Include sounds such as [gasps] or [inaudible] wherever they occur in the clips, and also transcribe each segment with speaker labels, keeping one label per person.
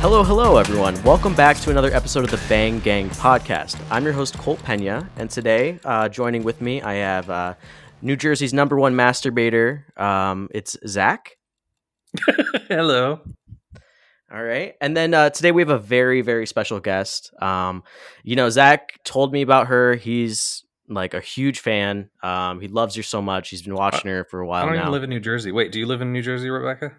Speaker 1: Hello, hello, everyone. Welcome back to another episode of the Bang Gang podcast. I'm your host, Colt Pena, and today, uh, joining with me, I have uh, New Jersey's number one masturbator. Um, it's Zach.
Speaker 2: [laughs] Hello.
Speaker 1: All right. And then uh, today we have a very, very special guest. Um, you know, Zach told me about her. He's like a huge fan. Um, he loves her so much. He's been watching her for a
Speaker 2: I
Speaker 1: while
Speaker 2: don't
Speaker 1: now.
Speaker 2: even live in New Jersey. Wait, do you live in New Jersey, Rebecca?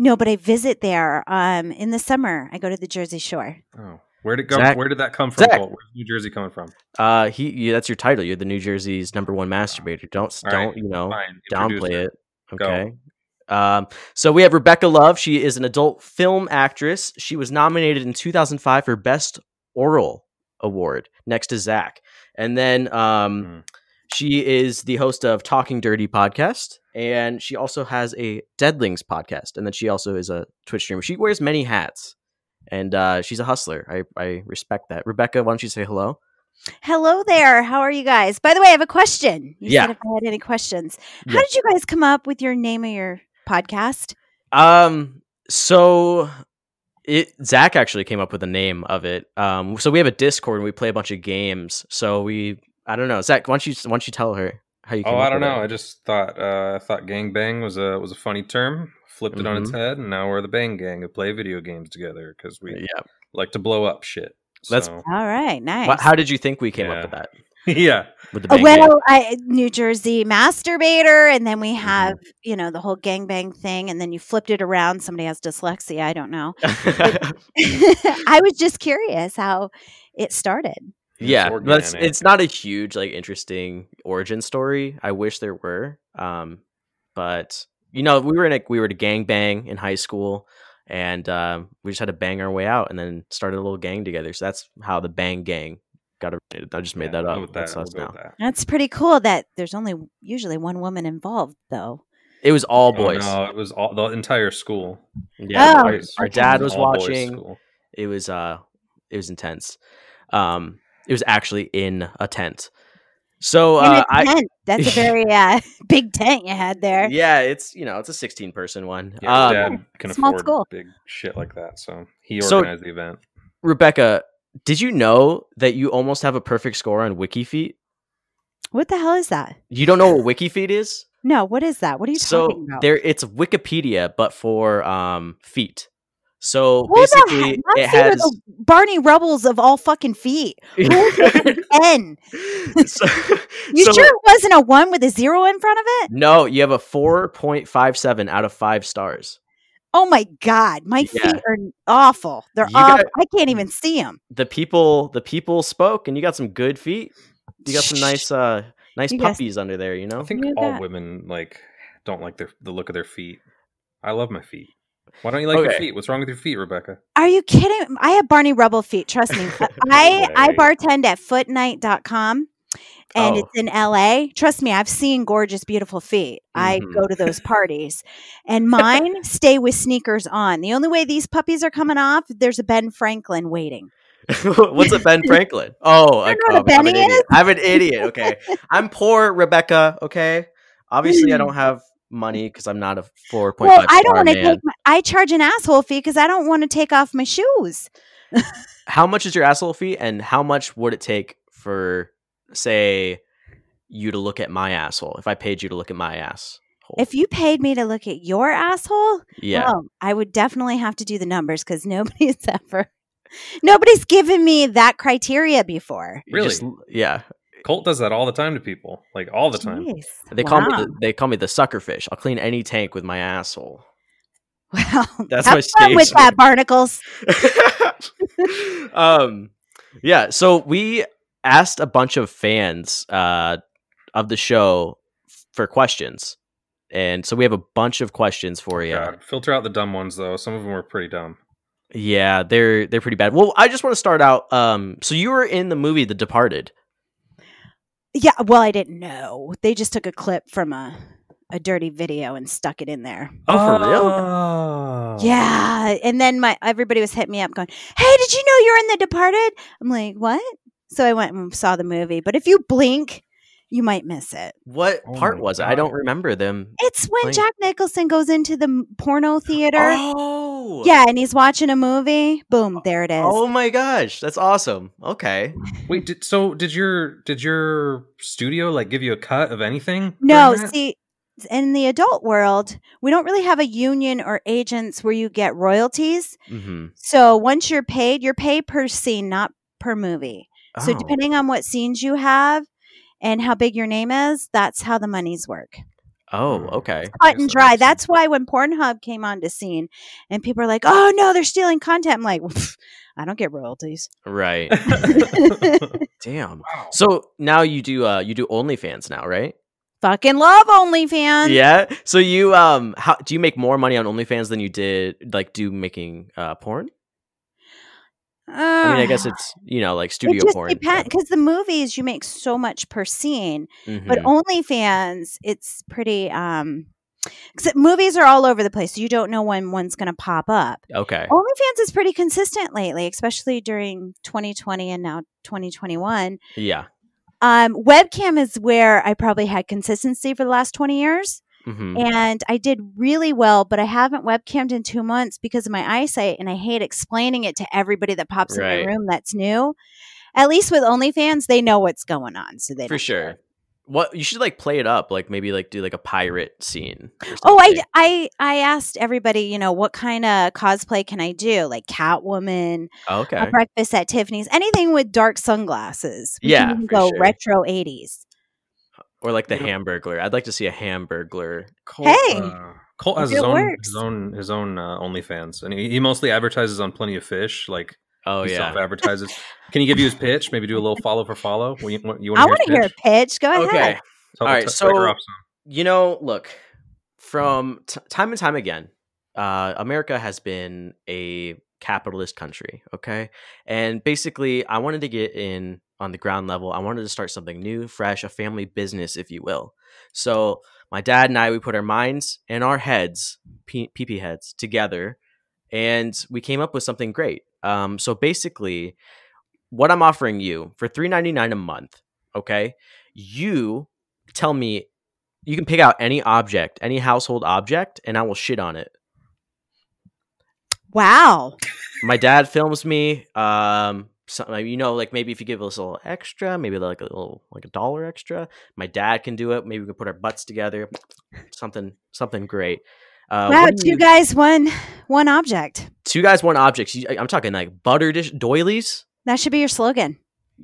Speaker 3: No, but I visit there um, in the summer. I go to the Jersey Shore.
Speaker 2: Oh, where did it go?
Speaker 1: Zach-
Speaker 2: Where did that come from?
Speaker 1: Zach.
Speaker 2: Colt? Where's New Jersey coming from?
Speaker 1: uh, he, you, that's your title. You're the New Jersey's number one masturbator. Don't,
Speaker 2: All right.
Speaker 1: don't, you know,
Speaker 2: Fine, you
Speaker 1: downplay
Speaker 2: producer.
Speaker 1: it.
Speaker 2: Go.
Speaker 1: Okay. Um, so we have Rebecca Love. She is an adult film actress. She was nominated in 2005 for Best Oral Award next to Zach. And then um,
Speaker 2: Mm.
Speaker 1: she is the host of Talking Dirty podcast. And she also has a Deadlings podcast. And then she also is a Twitch streamer. She wears many hats. And uh, she's a hustler. I, I respect that. Rebecca, why don't you say hello?
Speaker 3: Hello there. How are you guys? By the way, I have a question. You
Speaker 1: Yeah.
Speaker 3: said if I had any questions. How
Speaker 1: Yeah.
Speaker 3: did you guys come up with your name of your podcast?
Speaker 1: Um. So, it Zach actually came up with the name of it. Um. So we have a Discord and we play a bunch of games. So we, I don't know, Zach. Why don't you why don't you tell her how you? Came
Speaker 2: Oh,
Speaker 1: up
Speaker 2: I don't
Speaker 1: with
Speaker 2: know.
Speaker 1: It?
Speaker 2: I just thought uh, I thought gang bang was a was a funny term. Flipped it on its
Speaker 1: Mhm.
Speaker 2: head, and now we're the bang gang who play video games together because we
Speaker 1: Yeah.
Speaker 2: like to blow up shit.
Speaker 1: That's-
Speaker 2: So, [laughs]
Speaker 3: All right. Nice.
Speaker 1: Wha- How did you think we came
Speaker 2: Yeah.
Speaker 1: up with that?
Speaker 2: yeah.
Speaker 1: With the
Speaker 3: Uh,
Speaker 1: bang Gang?
Speaker 3: well, I, New Jersey masturbator, and then we
Speaker 1: Mm-hmm.
Speaker 3: have you know the whole gangbang thing, and then you flipped it around. Somebody has dyslexia. I
Speaker 1: [laughs]
Speaker 3: don't know. [laughs] I was just curious how it started.
Speaker 1: yeah. That's
Speaker 2: organic.
Speaker 1: it's not a huge like interesting origin story. I wish there were. Um. But you know, we were in a we were at a gang bang in high school. And um, we just had to bang our way out, and then started a little gang together. So that's how the Bang Gang got. originated. I just made
Speaker 2: Yeah,
Speaker 1: that
Speaker 2: we'll
Speaker 1: up.
Speaker 2: go with
Speaker 1: That's
Speaker 2: We'll
Speaker 1: us
Speaker 2: go
Speaker 1: now.
Speaker 2: with that.
Speaker 3: That's pretty cool. That there's only usually one woman involved, though.
Speaker 1: It was all
Speaker 2: Oh,
Speaker 1: boys.
Speaker 2: no, it was all the entire school.
Speaker 1: Yeah,
Speaker 3: Oh.
Speaker 1: our,
Speaker 2: Boys.
Speaker 1: our dad was
Speaker 2: All boys
Speaker 1: watching.
Speaker 2: school.
Speaker 1: It was uh, it was intense. Um, it was actually in a tent. So
Speaker 3: In a
Speaker 1: uh, I
Speaker 3: tent. That's
Speaker 1: [laughs]
Speaker 3: a very uh, [laughs] big tent you had there.
Speaker 1: yeah, it's you know it's a sixteen person one.
Speaker 2: Yeah,
Speaker 1: um,
Speaker 2: dad can
Speaker 3: Small
Speaker 2: afford
Speaker 3: school.
Speaker 2: big shit like that, so he
Speaker 1: So-
Speaker 2: organized the event.
Speaker 1: Rebecca, did you know that you almost have a perfect score on WikiFeet?
Speaker 3: What the hell is that?
Speaker 1: You don't
Speaker 3: [laughs]
Speaker 1: know what WikiFeet is?
Speaker 3: No, what is that? What are you
Speaker 1: So
Speaker 3: talking about?
Speaker 1: there, it's Wikipedia, but for um feet. So
Speaker 3: Who the
Speaker 1: basically,
Speaker 3: [laughs] heck-
Speaker 1: it
Speaker 3: Nazi were
Speaker 1: has
Speaker 3: the Barney Rubbles of all fucking feet.
Speaker 1: [laughs]
Speaker 3: N.
Speaker 1: so,
Speaker 3: [laughs] You
Speaker 1: so-
Speaker 3: sure it wasn't a one with a zero in front of it?
Speaker 1: No, you have a 4.57 out of five stars.
Speaker 3: Oh my god, my
Speaker 1: Yeah.
Speaker 3: feet are awful. They're
Speaker 1: You got-
Speaker 3: awful. I can't even see them.
Speaker 1: The people, the people spoke, and you got some good feet. You got some nice, uh, nice
Speaker 3: You guys-
Speaker 1: puppies under there. You
Speaker 2: I
Speaker 1: know,
Speaker 2: think
Speaker 3: Look at
Speaker 2: all
Speaker 3: that.
Speaker 2: women like don't like their the look of their feet. I love my feet. Why don't you like your
Speaker 1: Okay.
Speaker 2: feet? What's wrong with your feet, Rebecca?
Speaker 3: Are you kidding? I have Barney Rubble feet. Trust
Speaker 1: [laughs]
Speaker 3: me. I I
Speaker 2: way.
Speaker 3: bartend at footnight.com and
Speaker 1: Oh.
Speaker 3: it's in LA. Trust me, I've seen gorgeous, beautiful feet. I
Speaker 1: Mhm.
Speaker 3: go to
Speaker 1: [laughs]
Speaker 3: those parties and mine stay with sneakers on. The only way these puppies are coming off, there's a Ben Franklin waiting.
Speaker 1: [laughs] what's a Ben Franklin? Oh, I,
Speaker 3: You don't know what a
Speaker 1: am an
Speaker 3: Benny
Speaker 1: idiot. I'm an idiot. Okay, I'm poor, Rebecca. Okay, obviously I don't have money because I'm not a 4.5
Speaker 3: Hmm. Well, I don't
Speaker 1: star
Speaker 3: want to
Speaker 1: man.
Speaker 3: take my, I charge an asshole fee because I don't want to take off my shoes.
Speaker 1: how much is your asshole fee and how much would it take for say you to look at my asshole if i paid you to look at my ass
Speaker 3: If you Oh. paid me to look at your asshole,
Speaker 1: yeah
Speaker 3: Well, I would definitely have to do the numbers because nobody's [laughs] ever, nobody's given me that criteria before.
Speaker 1: you just-
Speaker 2: Really?
Speaker 1: yeah
Speaker 2: Colt does that all the time to people, like all the time.
Speaker 3: Jeez.
Speaker 1: they call me
Speaker 3: Wow.
Speaker 1: the, they call me the sucker fish i'll clean any tank with my asshole
Speaker 3: [laughs] Well,
Speaker 1: [laughs] That's
Speaker 3: have
Speaker 1: my
Speaker 3: fun with
Speaker 1: stage
Speaker 3: that, barnacles.
Speaker 1: [laughs] um yeah so we asked a bunch of fans uh of the show f- for questions and so we have a bunch of questions for you
Speaker 2: God, filter out the dumb ones though. Some of them were pretty dumb.
Speaker 1: Yeah, they're they're pretty bad. Well, I just want to start out. Um, so you were in the movie The Departed.
Speaker 3: Yeah. Well, I didn't know. They just took a clip from a a dirty video and stuck it in there.
Speaker 1: Oh, for real? Oh.
Speaker 2: real?
Speaker 3: Oh. Yeah. And then my everybody was hitting me up going, "Hey, did you know you're in The Departed?" I'm like, "What?" So I went and saw the movie. But if you blink you might miss it.
Speaker 1: What
Speaker 2: Oh
Speaker 1: part
Speaker 2: my
Speaker 1: was it? I don't
Speaker 2: God.
Speaker 1: remember them.
Speaker 3: It's when
Speaker 1: Like-
Speaker 3: Jack Nicholson goes into the m-
Speaker 1: [gasps]
Speaker 3: porno theater.
Speaker 1: Oh,
Speaker 3: Yeah, and he's watching a movie. Boom, there it is.
Speaker 1: Oh my gosh, that's awesome.
Speaker 3: [laughs]
Speaker 1: Okay.
Speaker 2: Wait, did, so did your did your studio like give you a cut of anything?
Speaker 3: No,
Speaker 2: during that?
Speaker 3: see, in the adult world, we don't really have a union or agents where you get royalties.
Speaker 1: Mm-hmm.
Speaker 3: So once you're paid, you're paid per scene, not per movie. So
Speaker 1: Oh.
Speaker 3: depending on what scenes you have and how big your name is, that's how the monies work.
Speaker 1: Oh,
Speaker 2: Mm.
Speaker 1: okay.
Speaker 3: Cut
Speaker 2: Yes,
Speaker 3: and
Speaker 2: that
Speaker 3: dry.
Speaker 2: makes
Speaker 3: That's why when Pornhub came onto scene and people are like, oh no, they're stealing content. I'm like, "Pff, I don't get royalties.
Speaker 1: Right. Damn.
Speaker 2: [laughs] wow.
Speaker 1: So now you do uh you do OnlyFans now, right?
Speaker 3: Fucking love OnlyFans.
Speaker 1: yeah. So you um how do you make more money on OnlyFans than you did like do making uh porn? I mean, I guess
Speaker 3: [sighs]
Speaker 1: it's you know like studio
Speaker 3: it just
Speaker 1: porn.
Speaker 3: depends because the movies you make so much per scene, but
Speaker 1: Mhm.
Speaker 3: OnlyFans, it's pretty. um 'cause movies are all over the place. You don't know when one's going to pop up.
Speaker 1: okay.
Speaker 3: OnlyFans is pretty consistent lately, especially during 2020 and now 2021.
Speaker 1: Yeah.
Speaker 3: Um, webcam is where I probably had consistency for the last 20 years,
Speaker 1: hmm
Speaker 3: and I did really well. But I haven't webcammed in two months because of my eyesight, and I hate explaining it to everybody that pops in
Speaker 1: Right.
Speaker 3: my room that's new. At least with OnlyFans, they know what's going on, so they
Speaker 1: For
Speaker 3: don't care.
Speaker 1: sure. What you should like play it up, like maybe like do like a pirate scene. or
Speaker 3: Oh, I,
Speaker 1: something.
Speaker 3: I I asked everybody, you know, what kind of cosplay can I do? Like Catwoman, a
Speaker 1: okay.
Speaker 3: Breakfast at Tiffany's, anything with dark sunglasses. We
Speaker 1: Yeah,
Speaker 3: can even
Speaker 1: for
Speaker 3: go
Speaker 1: sure.
Speaker 3: retro eighties.
Speaker 1: Or like the
Speaker 2: Yeah.
Speaker 1: Hamburglar. I'd like to see a Hamburglar.
Speaker 2: [laughs] Colt,
Speaker 3: Hey!
Speaker 2: uh, Colt has
Speaker 3: If
Speaker 2: his
Speaker 3: it
Speaker 2: own,
Speaker 3: works.
Speaker 2: his own his own uh, OnlyFans, and he, he mostly advertises on Plenty of Fish. Like
Speaker 1: Oh
Speaker 2: he
Speaker 1: yeah.
Speaker 2: self-advertises. Can you give you his pitch? Maybe do a little follow for follow. When you, when, you
Speaker 3: I
Speaker 2: want
Speaker 3: want to hear a pitch. Go
Speaker 1: Okay.
Speaker 3: ahead.
Speaker 2: All
Speaker 1: All right,
Speaker 2: right, so
Speaker 1: so- you know, look, from t- time and time again, uh, America has been a capitalist country, okay? And basically, I wanted to get in on the ground level. I wanted to start something new, fresh, a family business, if you will. So, my dad and I, we put our minds and our heads, pee pee heads, together, and we came up with something great. Um, so, basically, what I'm offering you for $3.99 a month, okay? You tell me you can pick out any object, any household object, and I will shit on it.
Speaker 3: Wow.
Speaker 1: My dad films me. Um, so, you know, like maybe if you give us a little extra, maybe like a little like a dollar extra, my dad can do it. Maybe we can put our butts together, something something great. Uh,
Speaker 3: wow,
Speaker 1: what do
Speaker 3: two guys, one one object.
Speaker 1: two guys, one object. You- I'm talking like butter dish doilies. [laughs]
Speaker 3: That should be your slogan.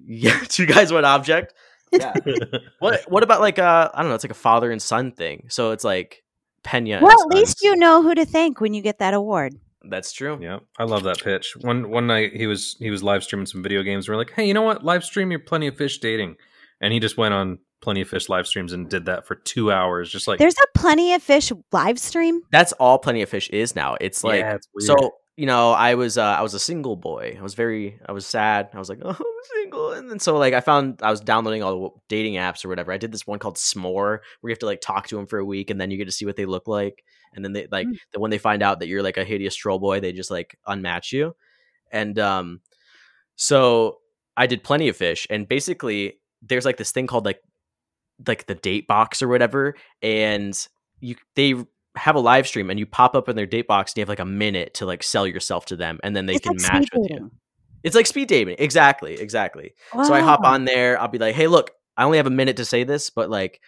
Speaker 1: Yeah, two guys, one object. Yeah.
Speaker 3: [laughs]
Speaker 2: [laughs]
Speaker 1: what What about like uh, I don't know. It's like a father and son thing. So it's like Pena. and
Speaker 3: well, at least
Speaker 1: Sons.
Speaker 3: you know who to thank when you get that award.
Speaker 1: That's true.
Speaker 2: yeah, I love that pitch. One one night he was he was live streaming some video games. And we're like, hey, you know what? Live stream your Plenty of Fish dating, and he just went on Plenty of Fish live streams and did that for two hours, just like
Speaker 3: There's a plenty of fish live stream.
Speaker 1: that's all plenty of fish is now it's
Speaker 2: Yeah,
Speaker 1: like
Speaker 2: it's weird.
Speaker 1: so you know i was uh, i was a single boy i was very i was sad i was like [laughs] oh i'm single and then so like i found i was downloading all the w- dating apps or whatever i did this one called smore where you have to like talk to them for a week and then you get to see what they look like and then they like
Speaker 3: Mm.
Speaker 1: the when they find out that you're like a hideous troll boy they just like unmatch you and um so i did plenty of fish and basically there's like this thing called like like the date box or whatever and you they have a live stream and you pop up in their date box and you have like a minute to like sell yourself to them and then they
Speaker 3: it's
Speaker 1: can
Speaker 3: like
Speaker 1: match
Speaker 3: speed
Speaker 1: with you
Speaker 3: dating.
Speaker 1: it's like speed dating exactly exactly so I hop
Speaker 3: Wow.
Speaker 1: on there. I'll be like, hey, look, I only have a minute to say this, but like,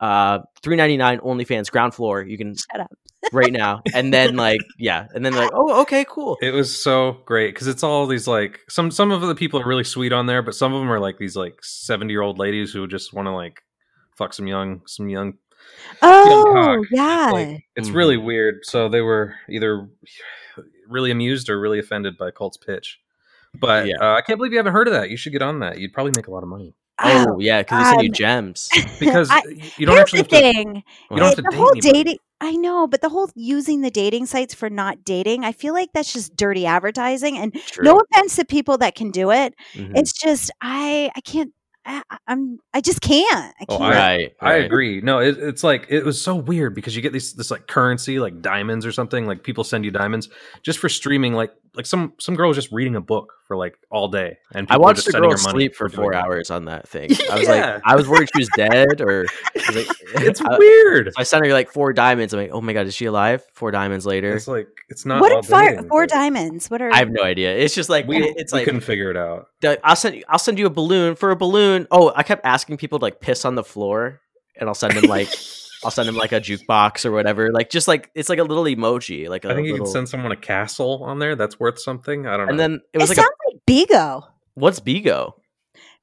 Speaker 1: uh, three ninety nine OnlyFans ground floor. You can
Speaker 3: Shut up.
Speaker 1: right now, and
Speaker 3: [laughs]
Speaker 1: then like, yeah, and then like, oh, okay, cool.
Speaker 2: It was so great because it's all these like some some of the people are really sweet on there, but some of them are like these like seventy year old ladies who just want to like fuck some young some young.
Speaker 3: Oh,
Speaker 2: cock.
Speaker 3: yeah.
Speaker 2: Like, it's
Speaker 1: Mhm.
Speaker 2: really weird. So they were either really amused or really offended by Colt's pitch. But
Speaker 1: Yeah.
Speaker 2: uh, I can't believe you haven't heard of that. You should get on that. You'd probably make a lot of
Speaker 3: [laughs]
Speaker 2: money
Speaker 1: Oh yeah, because they send you
Speaker 3: um, [laughs]
Speaker 1: gems.
Speaker 2: oh, because uh,
Speaker 3: I-
Speaker 2: y- you don't
Speaker 3: Here's
Speaker 2: actually
Speaker 3: the
Speaker 2: have to.
Speaker 3: thing.
Speaker 2: You don't have
Speaker 3: it-
Speaker 2: to
Speaker 3: the
Speaker 2: date
Speaker 3: whole
Speaker 2: anybody.
Speaker 3: dating. I know, but the whole using the dating sites for not dating, I feel like that's just dirty advertising. And
Speaker 1: True.
Speaker 3: no offense to people that can do it,
Speaker 1: Mhm.
Speaker 3: it's just I I can't. I, I- I'm I just can't. I
Speaker 2: Oh,
Speaker 3: can't.
Speaker 2: I-
Speaker 1: right.
Speaker 2: I
Speaker 1: right.
Speaker 2: agree. No, it, it's like it was so weird because you get these this like currency, like diamonds or something. Like people send you diamonds just for streaming like like some some girl was just reading a book for like all day, and
Speaker 1: I
Speaker 2: people were
Speaker 1: watched
Speaker 2: just
Speaker 1: the
Speaker 2: sending
Speaker 1: girl
Speaker 2: her money
Speaker 1: sleep for
Speaker 2: doing
Speaker 1: four
Speaker 2: that.
Speaker 1: hours on that
Speaker 2: [laughs]
Speaker 1: thing. I was like,
Speaker 2: Yeah.
Speaker 1: I was worried she was dead,
Speaker 2: [laughs]
Speaker 1: or I was like, [laughs]
Speaker 2: It's
Speaker 1: I-
Speaker 2: weird.
Speaker 1: I sent her like four diamonds. I'm like, oh my god, is she alive? Four diamonds later,
Speaker 2: It's like it's not.
Speaker 3: What
Speaker 2: all
Speaker 3: are fire,
Speaker 2: dating,
Speaker 3: four
Speaker 2: but
Speaker 3: diamonds? What are
Speaker 1: I have no idea. It's just like
Speaker 2: We,
Speaker 1: it's
Speaker 2: we
Speaker 1: like
Speaker 2: couldn't figure it out.
Speaker 1: the- I'll send you, I'll send you a balloon for a balloon. Oh, I kept asking people to like piss on the floor, and I'll send them
Speaker 2: [laughs]
Speaker 1: like I'll send them like a jukebox or whatever. Like just like it's like a little emoji, like a
Speaker 2: I think you
Speaker 1: little.
Speaker 2: could send someone a castle on there. That's worth something. I don't know.
Speaker 1: and then it
Speaker 3: it
Speaker 1: was like,
Speaker 3: sounds
Speaker 1: a,
Speaker 3: like Bigo.
Speaker 1: what's Bigo?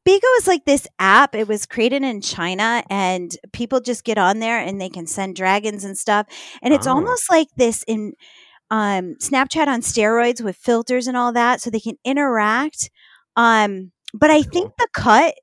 Speaker 3: Bigo is like this app. It was created in China, and people just get on there and they can send dragons and stuff. And it's
Speaker 1: Oh.
Speaker 3: almost like this in um, Snapchat on steroids with filters and all that, so they can interact. Um, but I think
Speaker 1: Cool.
Speaker 3: the cut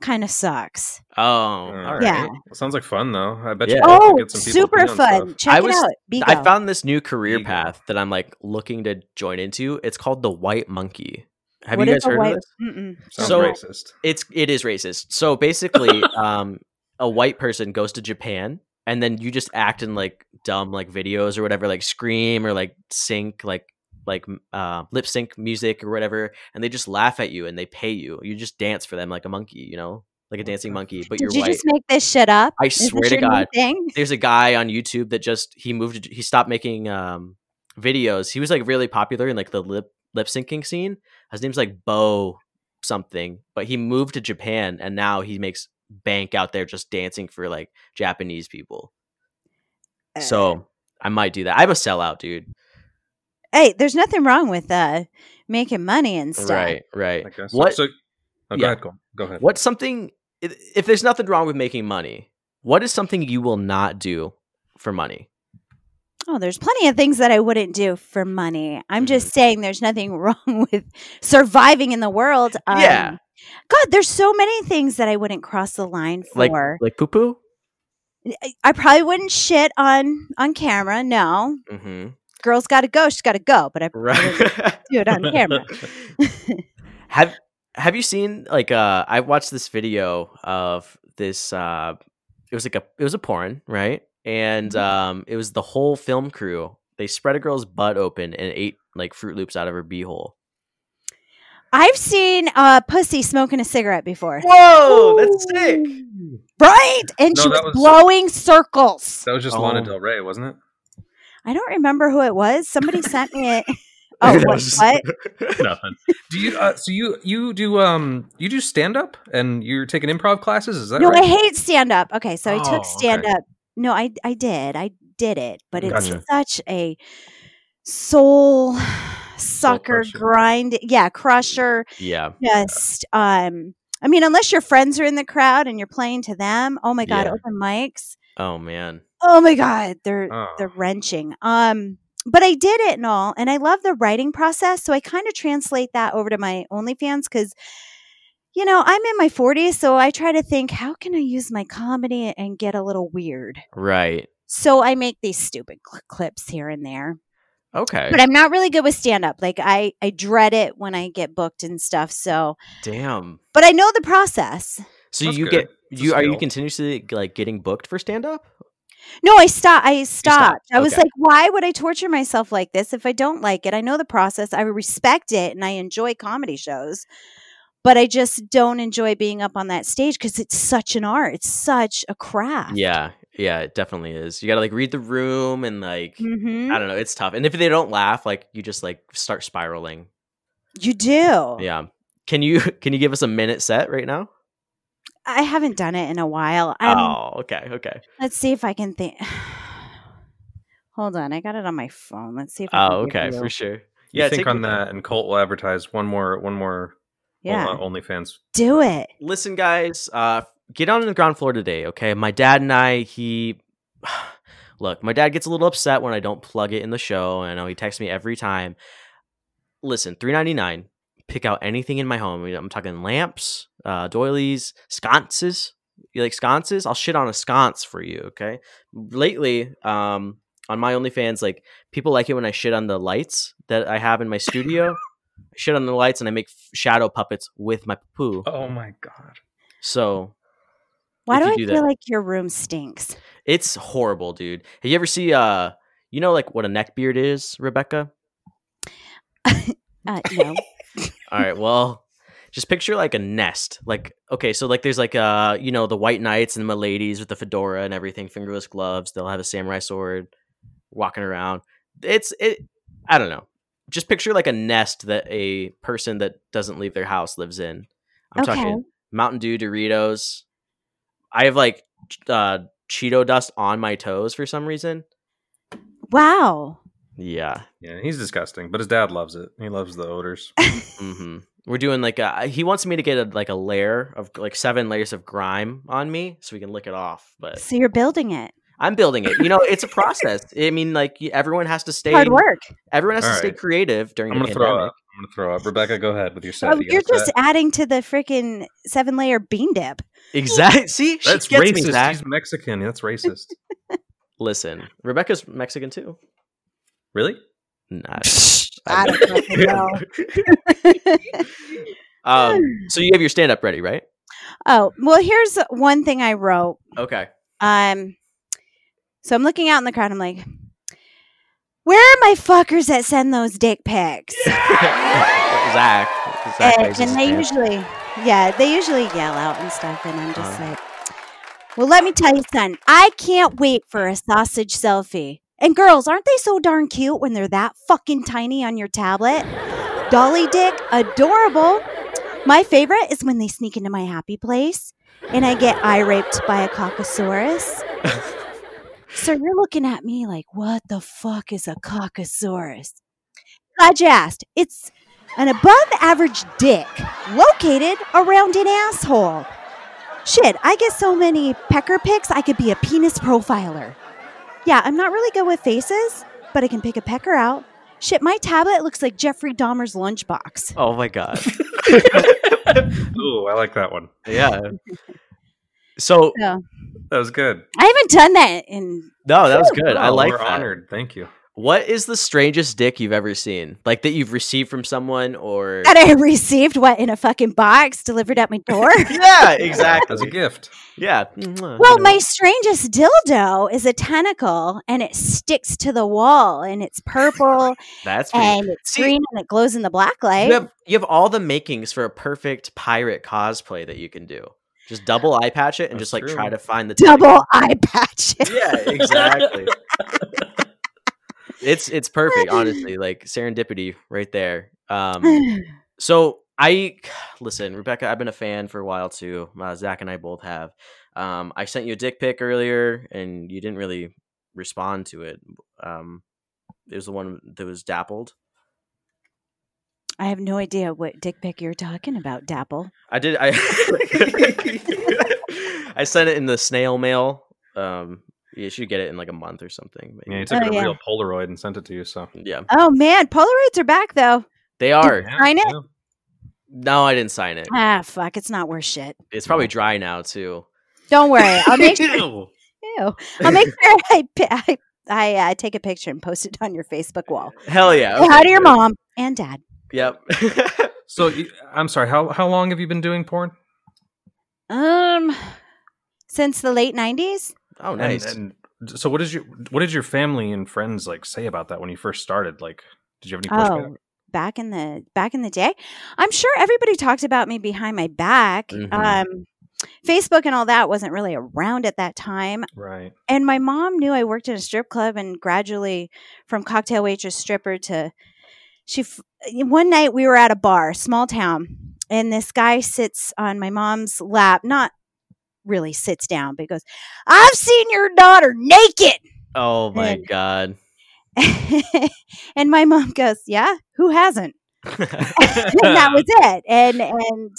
Speaker 3: kind of sucks.
Speaker 1: Oh, all
Speaker 2: Yeah.
Speaker 1: right.
Speaker 3: Yeah.
Speaker 2: Uh, sounds like fun though. I bet
Speaker 1: Yeah.
Speaker 2: you.
Speaker 1: Oh,
Speaker 2: could
Speaker 3: Oh,
Speaker 2: get some people to
Speaker 3: super
Speaker 2: be on stuff.
Speaker 3: fun! Check
Speaker 1: I
Speaker 3: it
Speaker 1: was-
Speaker 3: out. Bigo.
Speaker 1: I found this new career
Speaker 2: Bigo.
Speaker 1: path that I'm like looking to join into. It's called the White Monkey. Have
Speaker 3: What
Speaker 1: you
Speaker 3: is
Speaker 1: guys
Speaker 3: a
Speaker 1: heard
Speaker 3: white-
Speaker 1: of this?
Speaker 3: Mm-mm.
Speaker 2: Sounds
Speaker 1: So-
Speaker 2: racist.
Speaker 1: It's it is racist. So
Speaker 3: [laughs]
Speaker 1: basically, um, a white person goes to Japan and then you just act in like dumb like videos or whatever, like scream or like sync like like m- uh, lip sync music or whatever, and they just laugh at you and they pay you. You just dance for them like a monkey, you know, like a dancing monkey, but
Speaker 3: Did
Speaker 1: you're
Speaker 3: you
Speaker 1: white.
Speaker 3: just make this shit up?
Speaker 1: I
Speaker 3: Is this
Speaker 1: swear to
Speaker 3: your new
Speaker 1: God,
Speaker 3: thing?
Speaker 1: there's a guy on YouTube that just he moved he stopped making um videos. He was like really popular in like the lip lip syncing scene. His name's like Bo something, but he moved to Japan and now he makes bank out there just dancing for like Japanese people.
Speaker 3: Uh,
Speaker 1: So I might do that. I'm a sellout, dude.
Speaker 3: hey, there's nothing wrong with uh, making money and stuff.
Speaker 1: Right, right.
Speaker 2: I guess.
Speaker 1: What
Speaker 2: So, oh, go
Speaker 1: yeah.
Speaker 2: ahead. Go, go ahead.
Speaker 1: what's something if if there's nothing wrong with making money, what is something you will not do for money?
Speaker 3: Oh, there's plenty of things that I wouldn't do for money.
Speaker 1: Mm-hmm.
Speaker 3: I'm just saying there's nothing [laughs] wrong with surviving in the world. Um,
Speaker 1: Yeah.
Speaker 3: God, there's so many things that I wouldn't cross the line
Speaker 1: Like
Speaker 3: for.
Speaker 1: like poo poo?
Speaker 3: I- I probably wouldn't shit on on camera. No.
Speaker 1: Mm-hmm.
Speaker 3: Girl's got to go. She's got to go,
Speaker 1: [laughs]
Speaker 3: but I wouldn't
Speaker 2: [laughs]
Speaker 1: Right.
Speaker 3: do it on camera.
Speaker 1: [laughs] have have you seen like uh I watched this video of this uh it was like a it was a porn, right? And
Speaker 3: Mhm.
Speaker 1: um it was the whole film crew. They spread a girl's butt open and ate like fruit loops out of her beehole.
Speaker 3: I've seen a pussy smoking a cigarette before.
Speaker 1: Whoa,
Speaker 3: Right? And
Speaker 2: No,
Speaker 3: she was,
Speaker 2: that was-
Speaker 3: blowing circles.
Speaker 2: That was just Lana
Speaker 1: Oh.
Speaker 2: Del Rey, wasn't it?
Speaker 1: [laughs]
Speaker 3: I don't remember who it was. Somebody sent me it. Oh,
Speaker 1: That
Speaker 3: what?
Speaker 1: was-
Speaker 3: what?
Speaker 2: Nothing. Do you? Uh, so you you do um you do stand up and you're taking improv classes? Is that
Speaker 3: no,
Speaker 2: right?
Speaker 3: I hate stand up. Okay, so I
Speaker 2: Oh, okay.
Speaker 3: took stand up. No, I I did. I did it, but it's
Speaker 2: Gotcha.
Speaker 3: such a soul sucker
Speaker 2: crusher.
Speaker 3: grind. Yeah, crusher.
Speaker 1: Yeah.
Speaker 3: Just um I mean, unless your friends are in the crowd and you're playing to them. Oh my god,
Speaker 1: Yeah.
Speaker 3: open mics.
Speaker 1: Oh man.
Speaker 3: Oh my god, they're
Speaker 2: Oh.
Speaker 3: they're wrenching. Um but I did it and all, and I love the writing process. So I kind of translate that over to my OnlyFans because, you know, I'm in my 40s. So I try to think, how can I use my comedy and get a little weird?
Speaker 1: Right.
Speaker 3: So I make these stupid cl- clips here and there.
Speaker 1: Okay.
Speaker 3: But I'm not really good with stand up. Like I, I dread it when I get booked and stuff. So,
Speaker 1: Damn.
Speaker 3: but I know the process.
Speaker 1: So
Speaker 2: That's
Speaker 1: you
Speaker 2: good.
Speaker 1: get
Speaker 2: It's a
Speaker 1: you are you
Speaker 2: skill.
Speaker 1: continuously like getting booked for stand up?
Speaker 3: No, I stopped. I stopped. I was
Speaker 1: Okay.
Speaker 3: like, why would I torture myself like this if I don't like it? I know the process. I respect it and I enjoy comedy shows, but I just don't enjoy being up on that stage because it's such an art. It's such a craft.
Speaker 1: Yeah. Yeah, it definitely is. You got to like read the room and like
Speaker 3: hmm
Speaker 1: I don't know. It's tough. And if they don't laugh, like you just like start spiraling.
Speaker 3: You do.
Speaker 1: Yeah. Can you [laughs] can you give us a minute set right now?
Speaker 3: I haven't done it in a while. Um,
Speaker 1: oh, okay, okay.
Speaker 3: Let's see if I can think. [sighs] Hold on. I got it on my phone. Let's see if I can
Speaker 1: Oh,
Speaker 3: give
Speaker 1: okay,
Speaker 3: you-
Speaker 1: for sure.
Speaker 2: You
Speaker 1: Yeah,
Speaker 2: think
Speaker 1: take
Speaker 2: on
Speaker 1: your time.
Speaker 2: that, and Colt will advertise one more one more
Speaker 3: Yeah.
Speaker 2: uh, OnlyFans.
Speaker 3: Do it.
Speaker 1: Listen, guys, uh, get on the ground floor today, okay? My dad and I, he [sighs] look, my dad gets a little upset when I don't plug it in the show. and I know he texts me every time. Listen, three ninety nine. Pick out anything in my home. I'm talking lamps, uh, doilies, sconces. You like sconces? I'll shit on a sconce for you, okay? Lately, um, on my OnlyFans, like people like it when I shit on the lights that I have in my studio. I shit on the lights and I make f- shadow puppets with my poo.
Speaker 2: Oh my god!
Speaker 1: So
Speaker 3: Why
Speaker 1: If
Speaker 3: do
Speaker 1: you
Speaker 3: I
Speaker 1: do
Speaker 3: feel
Speaker 1: that-
Speaker 3: like your room stinks?
Speaker 1: it's horrible, dude. Have you ever see uh you know like what a neck beard is, Rebecca?
Speaker 3: Uh,
Speaker 1: [laughs]
Speaker 3: no.
Speaker 1: All right. Well, just picture like a nest. Like okay, so like there's like uh you know the white knights and the ladies with the fedora and everything, fingerless gloves. They'll have a samurai sword, walking around. It's it. I don't know. Just picture like a nest that a person that doesn't leave their house lives in. I'm
Speaker 3: Okay.
Speaker 1: talking Mountain Dew, Doritos. I have like ch- uh Cheeto dust on my toes for some reason.
Speaker 3: Wow.
Speaker 1: Yeah.
Speaker 2: Yeah, he's disgusting, but his dad loves it. He loves the odors.
Speaker 1: hmm We're doing like a. He wants me to get a, like a layer of like seven layers of grime on me so we can lick it off. But
Speaker 3: So you're building it.
Speaker 1: I'm building it. You know,
Speaker 3: [laughs]
Speaker 1: it's a process. I mean, like y- everyone has to stay.
Speaker 3: Hard work.
Speaker 1: Everyone has to stay
Speaker 2: Alright.
Speaker 1: creative during.
Speaker 2: I'm gonna
Speaker 1: the
Speaker 2: throw
Speaker 1: pandemic.
Speaker 2: up. I'm gonna throw up. Rebecca, go ahead with your set.
Speaker 3: Oh,
Speaker 2: You got
Speaker 3: you're
Speaker 2: a
Speaker 3: just
Speaker 2: set?
Speaker 3: adding to the freaking seven layer bean dip.
Speaker 1: Exactly. [laughs] See, she
Speaker 2: that's
Speaker 1: gets me,
Speaker 2: racist.
Speaker 1: Zach.
Speaker 2: He's Mexican. That's
Speaker 3: [laughs]
Speaker 2: racist.
Speaker 1: Listen, Rebecca's Mexican too.
Speaker 2: really? [laughs]
Speaker 1: Nah.
Speaker 3: I don't fucking know. [laughs]
Speaker 1: um, so you have your stand up ready, right?
Speaker 3: oh, well, here's one thing I wrote.
Speaker 1: Okay.
Speaker 3: Um, so I'm looking out in the crowd. I'm like, where are my fuckers that send those dick pics?
Speaker 1: [laughs] Zach. Zach
Speaker 3: and,
Speaker 1: raises his
Speaker 3: and they
Speaker 1: hand.
Speaker 3: usually, yeah, they usually yell out and stuff, and I'm just like, well, let me tell you, son, I can't wait for a sausage selfie. And girls, aren't they so darn cute when they're that fucking tiny on your tablet? Dolly dick, adorable. My favorite is when they sneak into my happy place and I get eye raped by a caucasaurus. so you're looking at me like, what the fuck is a caucasaurus? Glad you asked. It's an above average dick located around an asshole. Shit, I get so many pecker pics, I could be a penis profiler. Yeah, I'm not really good with faces, but I can pick a pecker out. Shit, my tablet looks like Jeffrey Dahmer's lunchbox.
Speaker 1: Oh my god.
Speaker 3: [laughs]
Speaker 2: Ooh, I like that one.
Speaker 1: yeah. So
Speaker 3: So,
Speaker 2: That was good.
Speaker 3: I haven't done that in.
Speaker 1: no, that was
Speaker 3: Phew.
Speaker 1: good. I
Speaker 2: Oh,
Speaker 1: like
Speaker 2: We're
Speaker 1: that.
Speaker 2: honored. Thank you.
Speaker 1: What is the strangest dick you've ever seen? Like that you've received from someone or
Speaker 3: [laughs] That I received what in a fucking box delivered at my door. [laughs]
Speaker 1: Yeah,
Speaker 2: As a gift.
Speaker 1: Yeah.
Speaker 3: Well, my strangest dildo is a tentacle and it sticks to the wall and it's purple
Speaker 1: That's pretty-
Speaker 3: and it's
Speaker 1: See-
Speaker 3: green and it glows in the black light.
Speaker 1: you have you have all the makings for a perfect pirate cosplay that you can do. Just double eye patch it and
Speaker 2: That's
Speaker 1: just like try
Speaker 2: true.
Speaker 1: to find the
Speaker 3: double eye patch.
Speaker 1: Yeah, exactly. it's it's perfect, honestly. Like serendipity right there. Um So I [sighs] listen, Rebecca. I've been a fan for a while too. Uh, Zach and I both have. Um, I sent you a dick pic earlier, and you didn't really respond to it. Um, it was the one that was dappled.
Speaker 3: [laughs] I have no idea what dick pic you're talking about, Dapple.
Speaker 1: I [laughs] did. I I sent it in the snail mail. Um, you should get it in like a month or something. but-
Speaker 2: Yeah, you
Speaker 1: yeah,
Speaker 2: took
Speaker 3: Oh,
Speaker 2: a
Speaker 3: yeah.
Speaker 2: real Polaroid and sent it to you. So
Speaker 3: Oh man, Polaroids are back though.
Speaker 1: they are.
Speaker 2: Yeah,
Speaker 3: Sign it?
Speaker 2: yeah.
Speaker 1: No, I didn't sign it.
Speaker 3: Ah, fuck, it's not worth shit.
Speaker 1: It's probably dry now too.
Speaker 3: Don't worry, [laughs] [laughs] I'll make sure.
Speaker 2: Ew.
Speaker 3: Ew. I'll make [laughs] sure I pi- I, I uh, take a picture and post it on your Facebook wall.
Speaker 1: Hell yeah.
Speaker 3: Say hi
Speaker 1: okay,
Speaker 3: to your
Speaker 1: good.
Speaker 3: mom and dad.
Speaker 1: Yep. [laughs]
Speaker 2: So you- I'm sorry. How how long have you been doing porn?
Speaker 3: Um, since the late '90s,
Speaker 1: oh,
Speaker 2: And-
Speaker 1: nice.
Speaker 2: And, so what is your what did your family and friends like say about that when you first started? Like, did you have any pushback?
Speaker 3: Oh, back in the back in the day, I'm sure everybody talked about me behind my back.
Speaker 1: Mhm.
Speaker 3: Um, Facebook and all that wasn't really around at that time.
Speaker 2: Right.
Speaker 3: and my mom knew I worked in a strip club, and gradually, from cocktail waitress stripper to she. F- eh, one night we were at a bar, small town, and this guy sits on my mom's lap, not really sits down, but goes, "I've seen your daughter naked." [laughs]
Speaker 1: oh my
Speaker 3: and-
Speaker 1: god.
Speaker 3: and my mom goes, "Yeah, who hasn't?"
Speaker 1: [laughs]
Speaker 2: [laughs]
Speaker 3: and [laughs] that was it. And and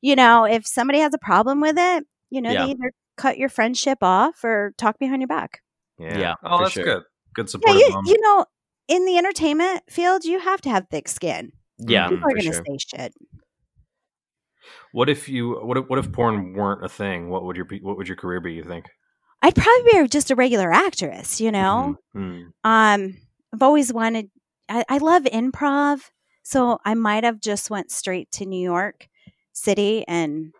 Speaker 3: you know, if somebody has a problem with it, you know,
Speaker 1: Yeah.
Speaker 3: they either cut your friendship off or talk behind your back.
Speaker 2: Yeah.
Speaker 1: Yeah,
Speaker 2: oh,
Speaker 1: for
Speaker 2: that's
Speaker 1: sure.
Speaker 2: good. Good
Speaker 3: Yeah,
Speaker 2: supportive
Speaker 3: you,
Speaker 2: mom.
Speaker 3: you know, in the entertainment field, you have to have thick skin.
Speaker 1: Yeah,
Speaker 3: People are
Speaker 1: for
Speaker 3: going to
Speaker 1: sure.
Speaker 3: say shit.
Speaker 2: What if you what if, what if porn weren't a thing? What would your pe- what would your career be? You think?
Speaker 3: I'd probably be just a regular actress,
Speaker 1: Mm-hmm.
Speaker 3: you know?
Speaker 1: Hmm.
Speaker 2: Mhm.
Speaker 3: Um, I've always wanted, I, I love improv. So I might have just went straight to New York City and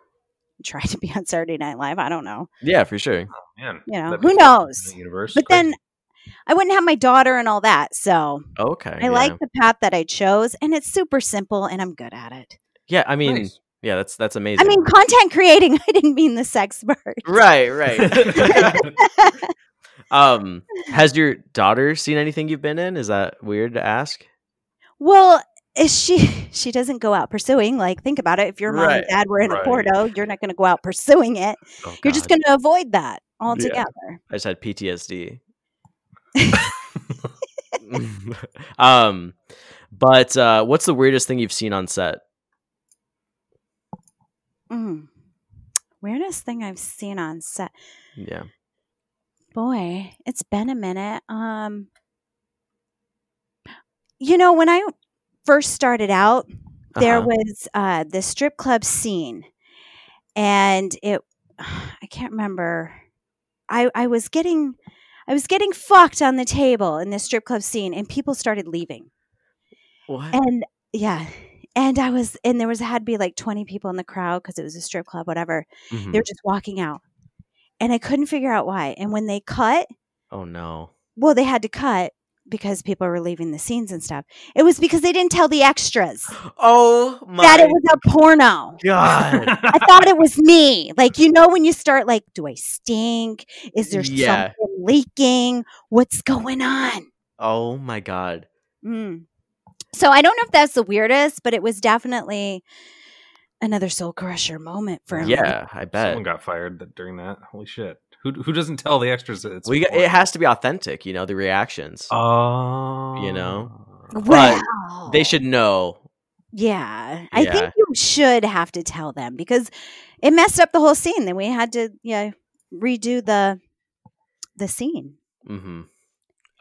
Speaker 3: [laughs] tried to be on Saturday Night Live. I don't know.
Speaker 1: Yeah, for sure.
Speaker 2: Man,
Speaker 3: You know,
Speaker 2: that'd
Speaker 3: who
Speaker 2: be-
Speaker 3: knows?
Speaker 2: Universe.
Speaker 3: But
Speaker 2: crazy.
Speaker 3: then I wouldn't have my daughter and all that. So
Speaker 1: Okay.
Speaker 3: I like the path that I chose, and it's super simple, and I'm good at it.
Speaker 1: Yeah, I mean,
Speaker 2: Nice.
Speaker 1: yeah, that's that's
Speaker 3: I
Speaker 1: amazing.
Speaker 3: mean, content creating. [laughs] I didn't mean the sex part.
Speaker 1: [laughs] right,
Speaker 3: [laughs]
Speaker 1: right. [laughs] um, has your daughter seen anything you've been in? Is that weird to ask?
Speaker 3: Well, is she [laughs] she doesn't go out pursuing. Like, think about it. If your mom
Speaker 1: Right,
Speaker 3: and dad were in
Speaker 2: right.
Speaker 3: a Porto, you're not going to go out pursuing it.
Speaker 1: [laughs] Oh,
Speaker 3: You're just
Speaker 1: God.
Speaker 3: going to avoid that altogether.
Speaker 1: I just had
Speaker 3: [laughs]
Speaker 1: PTSD. [laughs] um, but uh, what's the weirdest thing you've seen on set?
Speaker 3: Mm. Weirdest thing I've seen on set.
Speaker 1: Yeah.
Speaker 3: Boy, it's been a minute. Um, you know, when I first started out, there
Speaker 1: Uh-huh.
Speaker 3: was uh, the strip club scene and it [sighs] i can't remember i i was getting i was getting fucked on the table in the strip club scene and people started leaving
Speaker 1: What?
Speaker 3: and yeah and i was and there was had to be like 20 people in the crowd because it was a strip club whatever
Speaker 1: Mhm.
Speaker 3: they were just walking out and i couldn't figure out why and when they cut
Speaker 1: Oh no.
Speaker 3: well they had to cut because people were leaving the scenes and stuff it was because they didn't tell the extras
Speaker 1: [gasps] Oh my
Speaker 3: that it was a porno
Speaker 1: [laughs]
Speaker 2: [laughs]
Speaker 3: [laughs]
Speaker 1: God.
Speaker 3: I thought it was me. Like, you know, when you start like, do I stink? Is there
Speaker 1: Yeah.
Speaker 3: something leaking? What's going on?
Speaker 1: oh my God.
Speaker 3: Mm. So I don't know if that's the weirdest, but it was definitely another soul crusher moment for me.
Speaker 1: Yeah, I bet.
Speaker 2: Someone got fired th- during that. Holy shit! Who who doesn't tell the extras that it's
Speaker 1: we got,
Speaker 2: porn?
Speaker 1: it has to be authentic, you know, the reactions.
Speaker 2: Oh,
Speaker 1: You know?
Speaker 3: Wow.
Speaker 1: they should know.
Speaker 3: Yeah. I
Speaker 1: Yeah.
Speaker 3: think you should have to tell them because it messed up the whole scene. Then we had to, yeah, redo the the scene.
Speaker 1: hmm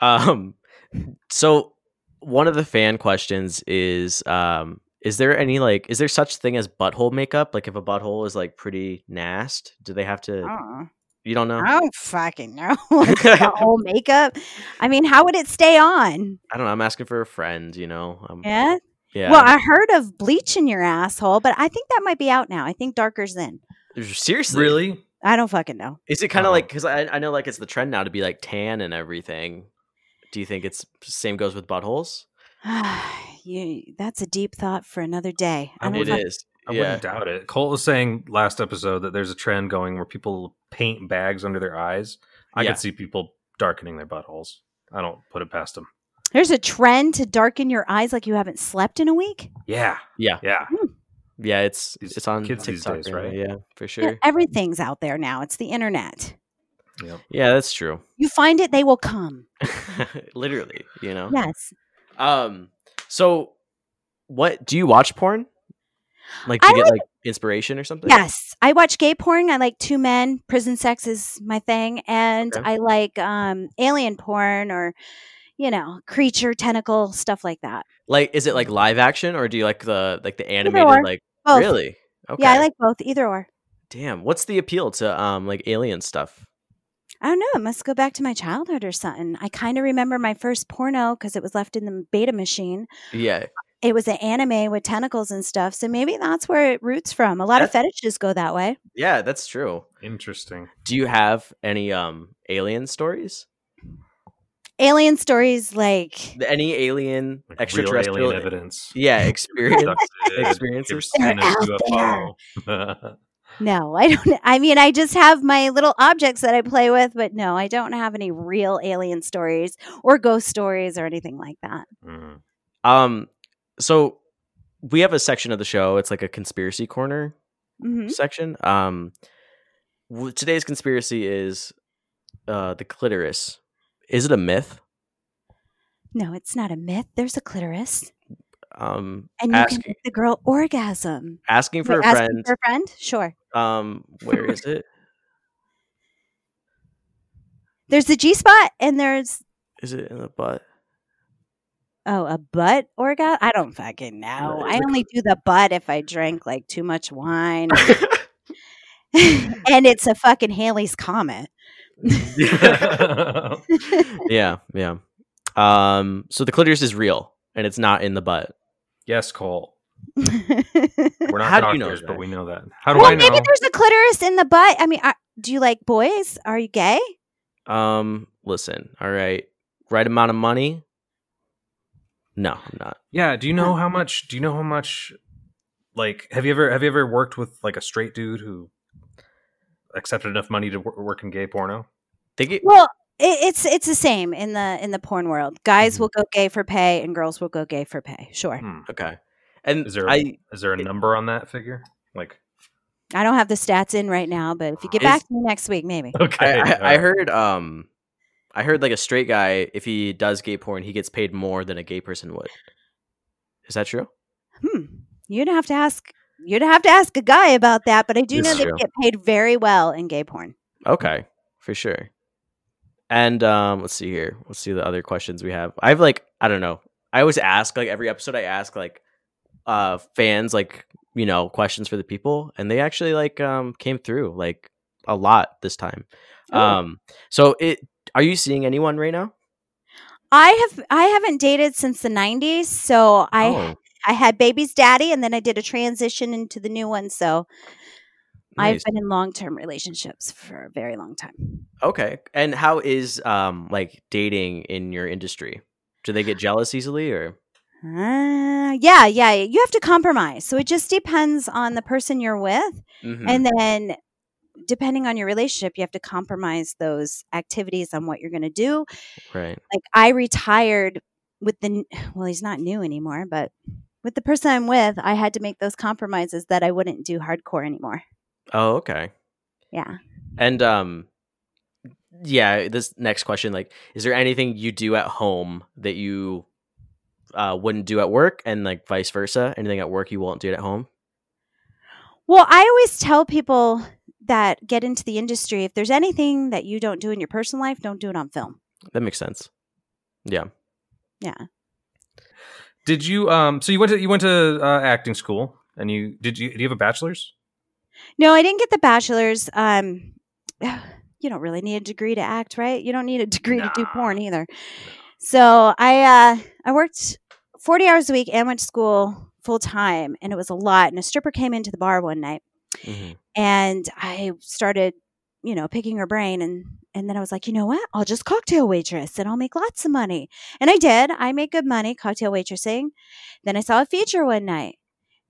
Speaker 1: Um, [laughs] so one of the fan questions is, um, is there any like, is there such thing as butthole makeup? Like, if a butthole is like pretty nasty, do they have to?
Speaker 3: Oh.
Speaker 1: You don't know.
Speaker 3: I don't fucking know. [laughs]
Speaker 1: [laughs]
Speaker 3: Like, the whole makeup. I mean, how would it stay on?
Speaker 1: I don't know. I'm asking for a friend. You know. Um,
Speaker 3: Yeah.
Speaker 1: yeah.
Speaker 3: Well, I heard of bleaching your asshole, but I think that might be out now. I think darker's in.
Speaker 1: Seriously,
Speaker 2: really?
Speaker 3: I don't fucking know. [sighs]
Speaker 1: Is it kind of
Speaker 2: Oh.
Speaker 1: like because I I know like it's the trend now to be like tan and everything. Do you think it's same goes with buttholes?
Speaker 3: you, that's a deep thought for another day.
Speaker 2: I
Speaker 3: I don't
Speaker 1: It
Speaker 2: wouldn't-
Speaker 3: fuck-
Speaker 1: is.
Speaker 2: I
Speaker 1: yeah.
Speaker 2: wouldn't doubt it. Colt was saying last episode that there's a trend going where people paint bags under their eyes. I
Speaker 1: Yeah.
Speaker 2: could see people darkening their buttholes. I don't put it past them.
Speaker 3: There's a trend to darken your eyes like you haven't slept in a week.
Speaker 2: Yeah,
Speaker 1: Yeah.
Speaker 2: yeah.
Speaker 1: Yeah. It's
Speaker 2: These
Speaker 1: it's on
Speaker 2: kids these
Speaker 1: TikTok
Speaker 2: days,
Speaker 1: right now,
Speaker 2: right?
Speaker 1: Yeah, for
Speaker 3: You know,
Speaker 1: sure.
Speaker 3: everything's out there now. It's the internet.
Speaker 2: Yep.
Speaker 1: Yeah, that's true. [laughs]
Speaker 3: You find it, they will come.
Speaker 1: Literally, you know.
Speaker 3: Yes.
Speaker 1: Um. So, what do you watch porn? Like
Speaker 3: I
Speaker 1: to get like inspiration or something?
Speaker 3: Yes, I watch gay porn. I like two men. Prison sex is my thing, and
Speaker 1: Okay.
Speaker 3: I like um, alien porn or you know creature tentacle stuff like that.
Speaker 1: Like, is it like live action or do you like the like the animated
Speaker 3: or.
Speaker 1: like
Speaker 3: Both.
Speaker 1: really? Okay.
Speaker 3: Yeah, I like both. Either or.
Speaker 1: Damn. What's the appeal to um like alien stuff?
Speaker 3: I don't know. It must go back to my childhood or something. I kind of remember my first porno because it was left in the beta machine.
Speaker 1: Yeah.
Speaker 3: It was an anime with tentacles and stuff. So maybe that's where it roots from. A lot of fetishes go that way.
Speaker 1: Yeah, that's true.
Speaker 2: Interesting.
Speaker 1: Do you have any um alien stories?
Speaker 3: Alien stories like
Speaker 1: Any alien
Speaker 2: Like
Speaker 1: extraterrestrial?
Speaker 2: real alien
Speaker 1: [laughs]
Speaker 2: evidence. [laughs]
Speaker 1: Yeah, experience.
Speaker 2: Abducted,
Speaker 1: Experiences.
Speaker 2: you've
Speaker 1: [laughs]
Speaker 2: seen a
Speaker 3: They're out
Speaker 2: UFO.
Speaker 3: No, I don't. [laughs] I mean, I just have my little objects that I play with, but no, I don't have any real alien stories or ghost stories or anything like that.
Speaker 2: [laughs] Mm.
Speaker 1: um, so we have a section of the show. It's like a conspiracy corner
Speaker 3: hmm
Speaker 1: section. Um, w- today's conspiracy is uh the clitoris. Is it a myth?
Speaker 3: No, it's not a myth. There's a clitoris,
Speaker 1: Um,
Speaker 3: and you
Speaker 1: asking
Speaker 3: can make the girl orgasm.
Speaker 1: asking for
Speaker 3: You're
Speaker 1: a
Speaker 3: asking
Speaker 1: friend.
Speaker 3: for a friend? Sure. [laughs]
Speaker 1: Um, where is it?
Speaker 3: There's the G spot, and there's
Speaker 1: Is it in the butt?
Speaker 3: oh a butt orgasm. I don't fucking know.
Speaker 1: Right.
Speaker 3: I only do the butt if I drink like too much wine,
Speaker 1: [laughs]
Speaker 3: [laughs] and it's a fucking Haley's comet. [laughs]
Speaker 2: Mm.
Speaker 1: yeah, yeah. Um, so the clitoris is real and it's not in the butt.
Speaker 2: [laughs] yes, Colt. We're not
Speaker 1: How do
Speaker 2: doctors,
Speaker 1: you know that?
Speaker 2: but we know that. How do
Speaker 3: well,
Speaker 2: I know?
Speaker 3: maybe there's a clitoris in the butt. I mean, are, do you like boys? Are you gay?
Speaker 1: Um, listen, all right, right amount of money. No, I'm not.
Speaker 2: Yeah. Do you know how much? Do you know how much? Like, have you ever have you ever worked with like a straight dude who accepted enough money to wor- work in gay porno?
Speaker 1: Think it,
Speaker 3: Well, it, it's it's the same in the in the porn world. Guys
Speaker 1: Mm-hmm.
Speaker 3: will go gay for pay, and girls will go gay for pay. Sure.
Speaker 2: Hmm.
Speaker 1: okay. And
Speaker 2: Is there-
Speaker 1: I
Speaker 2: Is there a
Speaker 1: It-
Speaker 2: number on that figure?
Speaker 1: [laughs]
Speaker 2: Like,
Speaker 3: I don't have the stats in right now, but if you get
Speaker 1: Mm-hmm. Is-
Speaker 3: back to me next week, maybe.
Speaker 2: okay, uh,
Speaker 1: I,
Speaker 2: all
Speaker 1: I, I
Speaker 2: right.
Speaker 1: heard um I heard like a straight guy if he does gay porn he gets paid more than a gay person would. Is that true?
Speaker 3: Hmm. You'd have to ask. You'd have to ask a guy about that, but I do
Speaker 1: It's
Speaker 3: know
Speaker 1: true.
Speaker 3: they get paid very well in gay porn.
Speaker 1: Okay, for sure. And um let's see here. Let's see the other questions we have. I've like I don't know. I always ask like every episode I ask like uh fans like you know questions for the people and they actually like um came through like a lot this time.
Speaker 3: Oh.
Speaker 1: Um so it are you seeing anyone right now?
Speaker 3: I have I haven't dated since the '90s, so I
Speaker 1: Oh,
Speaker 3: I had baby's daddy, and then I did a transition into the new one. So
Speaker 1: nice.
Speaker 3: I've been in long term relationships for a very long time.
Speaker 1: Okay. And how is um like dating in your industry? Do they get jealous easily or
Speaker 3: Uh, yeah, yeah. You have to compromise. So it just depends on the person you're with.
Speaker 1: Mhm.
Speaker 3: And then depending on your relationship, you have to compromise those activities on what you're going to do.
Speaker 1: Mm-hmm, right.
Speaker 3: Like I retired with the, n- [sighs] well, he's not new anymore, but with the person I'm with, I had to make those compromises that I wouldn't do hardcore anymore.
Speaker 1: Oh, okay.
Speaker 3: Yeah.
Speaker 1: And um yeah, this next question like is there anything you do at home that you uh wouldn't do at work and like vice versa? Anything at work you won't do it at home?
Speaker 3: Well, I always tell people that get into the industry if there's anything that you don't do in your personal life, don't do it on film.
Speaker 1: That makes sense. Yeah.
Speaker 2: Did you um? So you went to you went to uh, acting school, and you did you do you have a bachelor's?
Speaker 3: No, I didn't get the bachelor's. Um, [sighs] you don't really need a degree to act, right? You don't need a degree to do
Speaker 2: Nah.
Speaker 3: porn either. So I uh, I worked forty hours a week and went to school full time, and it was a lot. And a stripper came into the bar one night,
Speaker 1: Mhm.
Speaker 3: [laughs] and I started, you know, picking her brain, and and then I was like, you know what? I'll just cocktail waitress, and I'll make lots of money. And I did. I made good money cocktail waitressing. Then I saw a feature one night,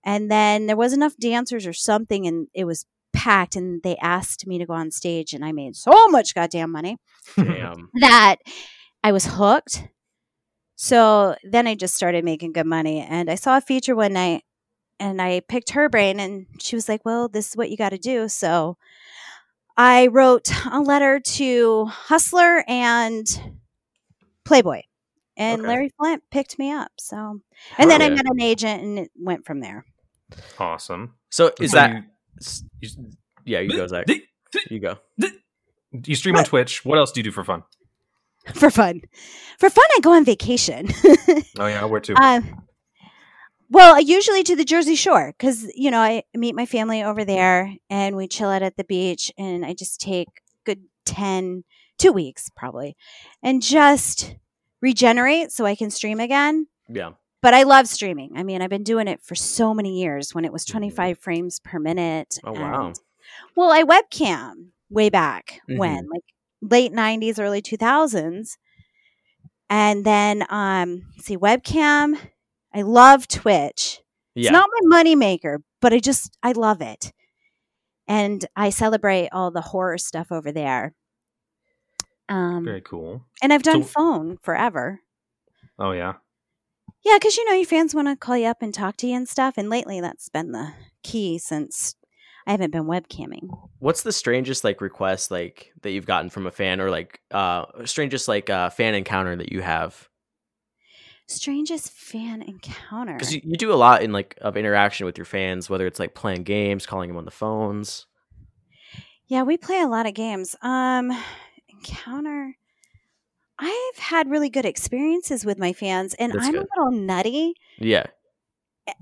Speaker 3: and then there was enough dancers or something, and it was packed, and they asked me to go on stage, and I made so much goddamn money
Speaker 1: [laughs] Damn.
Speaker 3: that I was hooked. So then I just started making good money. And I saw a feature one night and I picked her brain, and she was like, Well, this is what you got to do. So I wrote a letter to Hustler and Playboy. And
Speaker 1: Okay.
Speaker 3: Larry Flint picked me up. So, and then I
Speaker 1: yeah.
Speaker 3: met an agent and it went from there. [laughs]
Speaker 2: awesome.
Speaker 1: So is
Speaker 2: So
Speaker 1: that
Speaker 2: you,
Speaker 1: Yeah, you go Zach.
Speaker 2: you,
Speaker 1: You go.
Speaker 2: you stream on Twitch. What else do you do for fun?
Speaker 3: For fun. For fun, I go on vacation.
Speaker 2: Oh yeah, where to?
Speaker 3: Um, well, usually to the Jersey Shore because you know I meet my family over there and we chill out at the beach, and I just take good 10, two weeks probably, and just regenerate so I can stream again.
Speaker 1: Yeah.
Speaker 3: But I love streaming. I mean, I've been doing it for so many years when it was 25 frames per minute.
Speaker 1: Oh, wow.
Speaker 3: and- well, I webcam way back when, like late 90s, early 2000s. And then, um, let's see, webcam. I love Twitch.
Speaker 1: Yeah.
Speaker 3: It's not my moneymaker, but I just, I love it. And I celebrate all the horror stuff over there. Um,
Speaker 2: Very cool.
Speaker 3: and I've done
Speaker 2: So-
Speaker 3: phone forever.
Speaker 2: Oh
Speaker 3: [laughs]
Speaker 2: yeah.
Speaker 3: Yeah, because you know your fans want to call you up and talk to you and stuff. And lately, that's been the key since I haven't been webcamming.
Speaker 1: What's the strangest like request like that you've gotten from a fan or like uh strangest like uh fan encounter that you have?
Speaker 3: Strangest fan encounter.
Speaker 1: Because you, you do a lot in like of interaction with your fans, whether it's like playing games, calling them on the phones.
Speaker 3: Yeah, we play a lot of games. Um, encounter. I've had really good experiences with my fans, and
Speaker 1: That's
Speaker 3: I'm
Speaker 1: good.
Speaker 3: a little nutty. Eh,
Speaker 1: Yeah.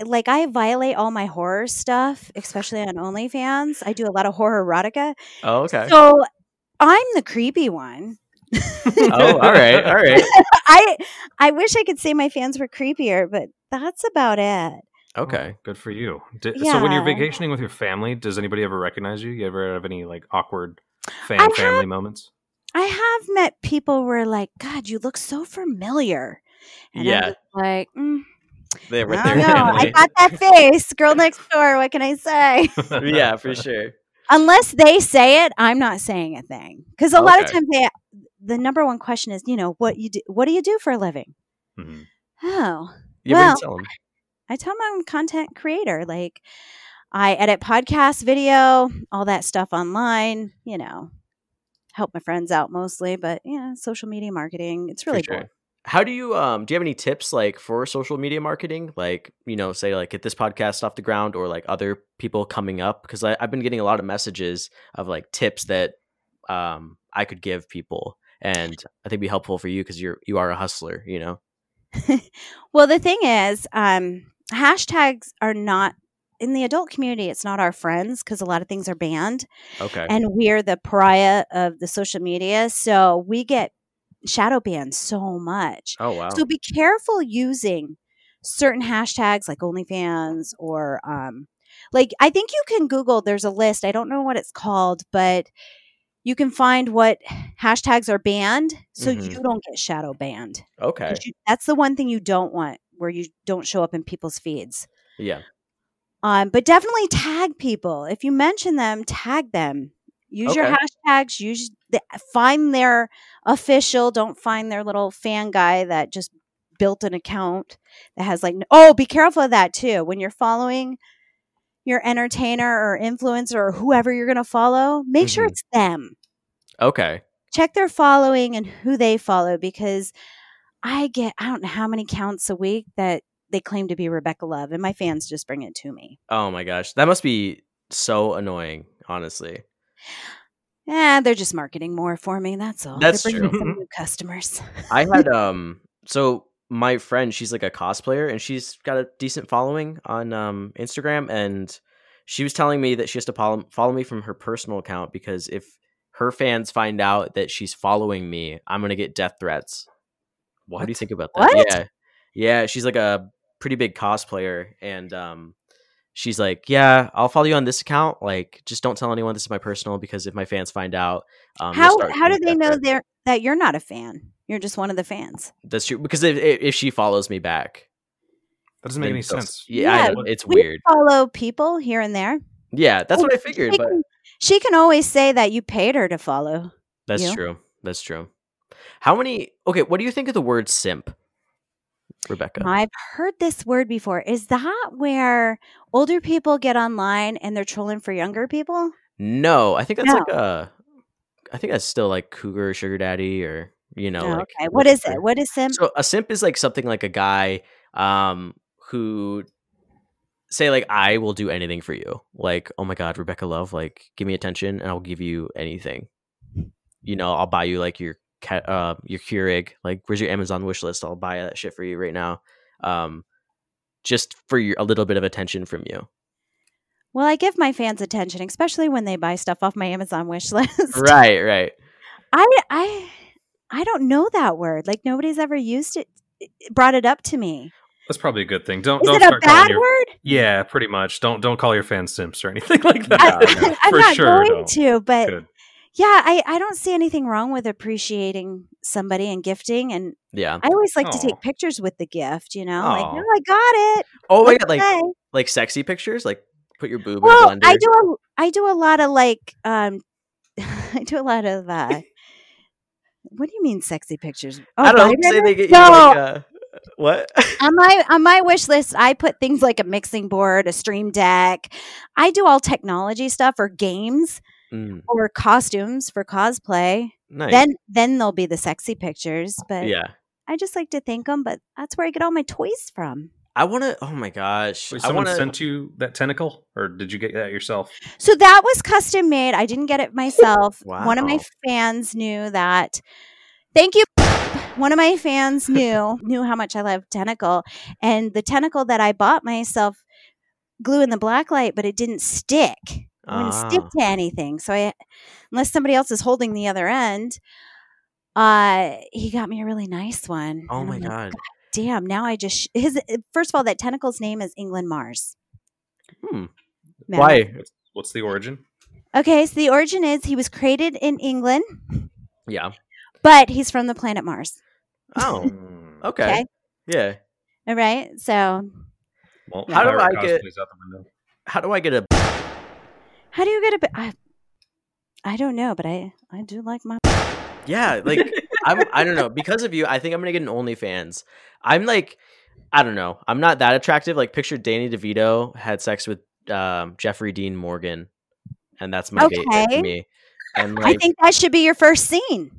Speaker 3: Like I violate all my horror stuff, especially on OnlyFans. I do a lot of horror erotica,
Speaker 1: Oh, okay.
Speaker 3: so [laughs] I'm the creepy one.
Speaker 1: oh, all right, all right.
Speaker 3: I I wish I could say my fans were creepier, but that's about it.
Speaker 1: Okay.
Speaker 2: Oh, [laughs] good for you. Di- So when you're
Speaker 3: Yeah.
Speaker 2: vacationing with your family, does anybody ever recognize you? You ever have any like awkward
Speaker 3: I
Speaker 2: fan
Speaker 3: have-
Speaker 2: family moments? [laughs]
Speaker 3: I have met people where like, God, you look so familiar. And
Speaker 1: Yeah.
Speaker 3: I'm just like, mm,
Speaker 1: They were,
Speaker 3: I
Speaker 1: they
Speaker 3: don't
Speaker 1: were [laughs]
Speaker 3: know. I
Speaker 1: family.
Speaker 3: got that face. Girl next door, what can I say?
Speaker 1: yeah, for sure.
Speaker 3: Unless they say it, I'm not saying a thing. Because a lot of
Speaker 1: Okay.
Speaker 3: times they the number one question is, you know, what you do what do you do for a living?
Speaker 2: Mhm.
Speaker 3: Oh.
Speaker 1: Yeah, what
Speaker 3: Well,
Speaker 1: do you tell 'em?
Speaker 3: I tell them I'm a content creator. Like I edit podcast video, all that stuff online, you know, help my friends out mostly, but yeah, social media marketing. It's really
Speaker 1: For sure.
Speaker 3: boring.
Speaker 1: How do you um do you have any tips like for social media marketing? Like, you know, say like get this podcast off the ground or like other people coming up? Because I've been getting a lot of messages of like tips that um I could give people. And I think it'd be helpful for you because you're you are a hustler, you know.
Speaker 3: Well, the thing is, um, hashtags are not in the adult community, it's not our friends because a lot of things are banned.
Speaker 1: Okay.
Speaker 3: and we're the pariah of the social media so we get shadow banned so much
Speaker 1: oh wow.
Speaker 3: so be careful using certain hashtags like onlyfans or um like i think you can google there's a list i don't know what it's called but you can find what hashtags are banned so
Speaker 1: Mhm.
Speaker 3: you don't get shadow banned
Speaker 1: okay.
Speaker 3: 'Cause you- that's the one thing you don't want where you don't show up in people's feeds
Speaker 1: Yeah.
Speaker 3: um, but definitely tag people. If you mention them, tag them. Use your
Speaker 1: Okay.
Speaker 3: hashtags. Use the, find their official. Don't find their little fan guy that just built an account that has like. n- Oh, be careful of that too. When you're following your entertainer or influencer or whoever you're going to follow, make sure
Speaker 1: Mhm.
Speaker 3: it's them.
Speaker 1: Okay.
Speaker 3: Check their following and who they follow because I get I don't know how many counts a week that they claim to be Rebecca Love, and my fans just bring it to me.
Speaker 1: Oh my gosh. That must be so annoying, honestly.
Speaker 3: Yeah, Eh, they're just marketing more for me. That's all.
Speaker 1: That's
Speaker 3: they're bringing
Speaker 2: true.
Speaker 3: Some new customers. [laughs]
Speaker 1: I had um so my friend, she's like a cosplayer and she's got a decent following on um Instagram and she was telling me that she has to follow, follow me from her personal account because if her fans find out that she's following me, I'm going to get death threats. What? do you think about that?
Speaker 3: What?
Speaker 1: Yeah. Yeah, she's like a pretty big cosplayer and um she's like, "Yeah, I'll follow you on this account. Like just don't tell anyone this is my personal because if my fans find out, um they'll
Speaker 3: how
Speaker 1: start
Speaker 3: how do
Speaker 1: getting death
Speaker 3: they know
Speaker 1: threats."
Speaker 3: they're that you're not a fan? You're just one of the fans.
Speaker 1: That's true. Because if, if if she follows me back,
Speaker 2: That doesn't make
Speaker 1: then
Speaker 2: any
Speaker 1: they'll-
Speaker 2: sense.
Speaker 1: Yeah, I
Speaker 3: Yeah,
Speaker 1: know, it's
Speaker 3: we
Speaker 1: weird.
Speaker 3: follow people here and there.
Speaker 1: Yeah, that's
Speaker 3: Oh,
Speaker 1: what I figured.
Speaker 3: She
Speaker 1: But
Speaker 3: can, she can always say that you paid her to follow.
Speaker 1: that's
Speaker 3: you.
Speaker 1: true. That's true. How many? Okay, what do you think of the word simp, Rebecca?
Speaker 3: I've heard this word before. Is that where older people get online and they're trolling for younger people?
Speaker 1: no, I think that's like a. I think that's still like cougar, sugar daddy, or you know,
Speaker 3: Oh,
Speaker 1: like
Speaker 3: okay. What is it? What is sim?
Speaker 1: So a simp is like something like a guy um who say like I will do anything for you. Like, oh my god, Rebecca Love, like give me attention and I'll give you anything. You know, I'll buy you like your cat uh your Keurig, like where's your Amazon wish list? I'll buy that shit for you right now. Um just for your, a little bit of attention from you.
Speaker 3: well, I give my fans attention, especially when they buy stuff off my Amazon wish [laughs] list.
Speaker 1: Right, right.
Speaker 3: I I I don't know that word. Like nobody's ever used it, brought it up to me.
Speaker 2: That's probably a good thing. Don't
Speaker 3: Is
Speaker 2: Oh, don't
Speaker 3: it a
Speaker 2: start calling
Speaker 3: bad
Speaker 2: your [laughs]
Speaker 3: word?
Speaker 2: Yeah, pretty much. Don't don't call your fans simps or anything [laughs] like that.
Speaker 1: I-
Speaker 2: Yeah,
Speaker 3: [laughs] I'm
Speaker 2: for
Speaker 3: not
Speaker 2: sure,
Speaker 3: going
Speaker 2: don't.
Speaker 3: to, but
Speaker 2: Good.
Speaker 3: yeah, I I don't see anything wrong with appreciating somebody and gifting. And
Speaker 1: Yeah.
Speaker 3: I always like to
Speaker 2: Aw.
Speaker 3: take pictures with the gift. You know, like
Speaker 1: Aw.
Speaker 3: no, I got it.
Speaker 1: Oh my
Speaker 3: What's
Speaker 1: god,
Speaker 3: it
Speaker 1: like
Speaker 3: say?
Speaker 1: like sexy pictures, like put your boob
Speaker 3: well,
Speaker 1: in a blender.
Speaker 3: I do a I do a lot of like um, [laughs] I do a lot of uh. What do you mean, sexy pictures? Oh,
Speaker 1: I don't know, say
Speaker 3: vibrator?
Speaker 1: they get you
Speaker 3: no,
Speaker 1: like uh, what?
Speaker 3: on my on my wish list i put things like a mixing board a stream deck i do all technology stuff or games
Speaker 1: [laughs] Mm,
Speaker 3: or costumes for cosplay
Speaker 1: nice.
Speaker 3: then then there'll be the sexy pictures but
Speaker 1: yeah.
Speaker 3: i just like to thank them but that's where i get all my toys from
Speaker 1: I want to. Oh my gosh!
Speaker 2: Wait,
Speaker 1: I
Speaker 2: someone
Speaker 1: want to.
Speaker 2: sent you that tentacle, or did you get that yourself?
Speaker 3: so that was custom made i didn't get it myself one of my
Speaker 1: Wow.
Speaker 3: fans knew that thank you one of
Speaker 1: [laughs]
Speaker 3: my fans knew knew how much i love tentacle and the tentacle that i bought myself glue in the black light but it didn't stick It wouldn't stick
Speaker 1: Ah.
Speaker 3: to anything. So I, unless somebody else is holding the other end, uh, he got me a really nice one.
Speaker 1: Oh
Speaker 3: And
Speaker 1: my
Speaker 3: I'm like,
Speaker 1: god!
Speaker 3: Damn! Now I just sh- his. First of all, that tentacle's name is England Mars.
Speaker 1: Hmm.
Speaker 3: Remember?
Speaker 1: Why?
Speaker 2: What's, what's the origin?
Speaker 3: Okay, so the origin is he was created in England
Speaker 1: Yeah.
Speaker 3: but he's from the planet Mars.
Speaker 2: [laughs]
Speaker 1: Oh. Okay.
Speaker 3: Okay.
Speaker 1: Yeah.
Speaker 3: All right. So,
Speaker 2: Well,
Speaker 1: How do
Speaker 2: pirate
Speaker 1: I get-
Speaker 2: cosplays out the window.
Speaker 1: How do I [laughs] get a?
Speaker 3: how do you get a b- I, I don't know, but I I do like my
Speaker 1: Yeah. Like I'm. I don't know. Because of you, I think I'm gonna get an OnlyFans. I'm like, I don't know. I'm not that attractive. Like picture Danny DeVito had sex with um, Jeffrey Dean Morgan, and that's my date
Speaker 3: Okay.
Speaker 1: to me. And
Speaker 3: I
Speaker 1: like,
Speaker 3: think that should be your first scene.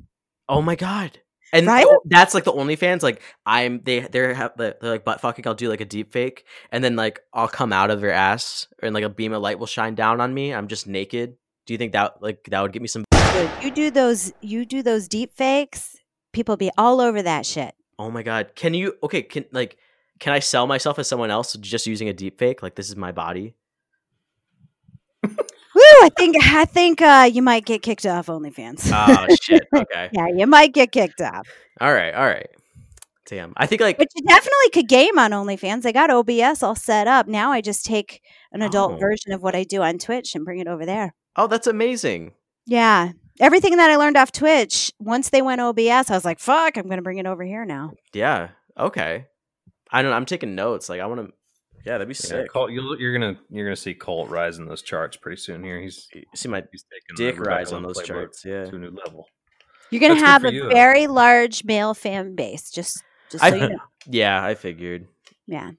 Speaker 1: oh my god. And
Speaker 3: Right?
Speaker 1: th- that's like the OnlyFans. Like I'm, they they're have they're like butt fucking. I'll do like a deep fake, and then like I'll come out of their ass, and like a beam of light will shine down on me. I'm just naked. Do you think that like that would get me some? [laughs]
Speaker 3: Dude, you do those you do those deep fakes, people be all over that shit.
Speaker 1: Oh my god. Can you okay, can like can I sell myself as someone else just using a deep fake? Like this is my body.
Speaker 3: Woo, I think I think uh, you might get kicked off OnlyFans.
Speaker 1: Oh shit. Okay.
Speaker 3: [laughs] yeah, you might get kicked off.
Speaker 1: All right. All right. Damn. I think like
Speaker 3: But you definitely could game on OnlyFans. I got OBS all set up. Now I just take an adult
Speaker 1: Oh.
Speaker 3: version of what I do on Twitch and bring it over there.
Speaker 1: oh, that's amazing.
Speaker 3: Yeah. Everything that I learned off Twitch, once they went OBS, I was like, fuck, I'm going to bring it over here now.
Speaker 1: Yeah. Okay. I don't know. I'm taking notes. Like I want to Yeah, that'd be
Speaker 2: Yeah,
Speaker 1: sick.
Speaker 2: Colt, you'll, you're gonna you're gonna see Colt rise in those charts pretty soon. Here, he's
Speaker 1: You See my
Speaker 2: he's taking the
Speaker 1: dick
Speaker 2: Rebecca
Speaker 1: rise on
Speaker 2: Lynn
Speaker 1: those
Speaker 2: playbook
Speaker 1: charts. Yeah.
Speaker 2: to a new level.
Speaker 3: You're going
Speaker 2: That's
Speaker 3: to
Speaker 2: good
Speaker 3: have
Speaker 2: for
Speaker 3: a
Speaker 2: you, though.
Speaker 3: very large male fan base. Just, just so
Speaker 1: I-
Speaker 2: [laughs]
Speaker 3: you know.
Speaker 1: Yeah, I figured.
Speaker 3: Yeah.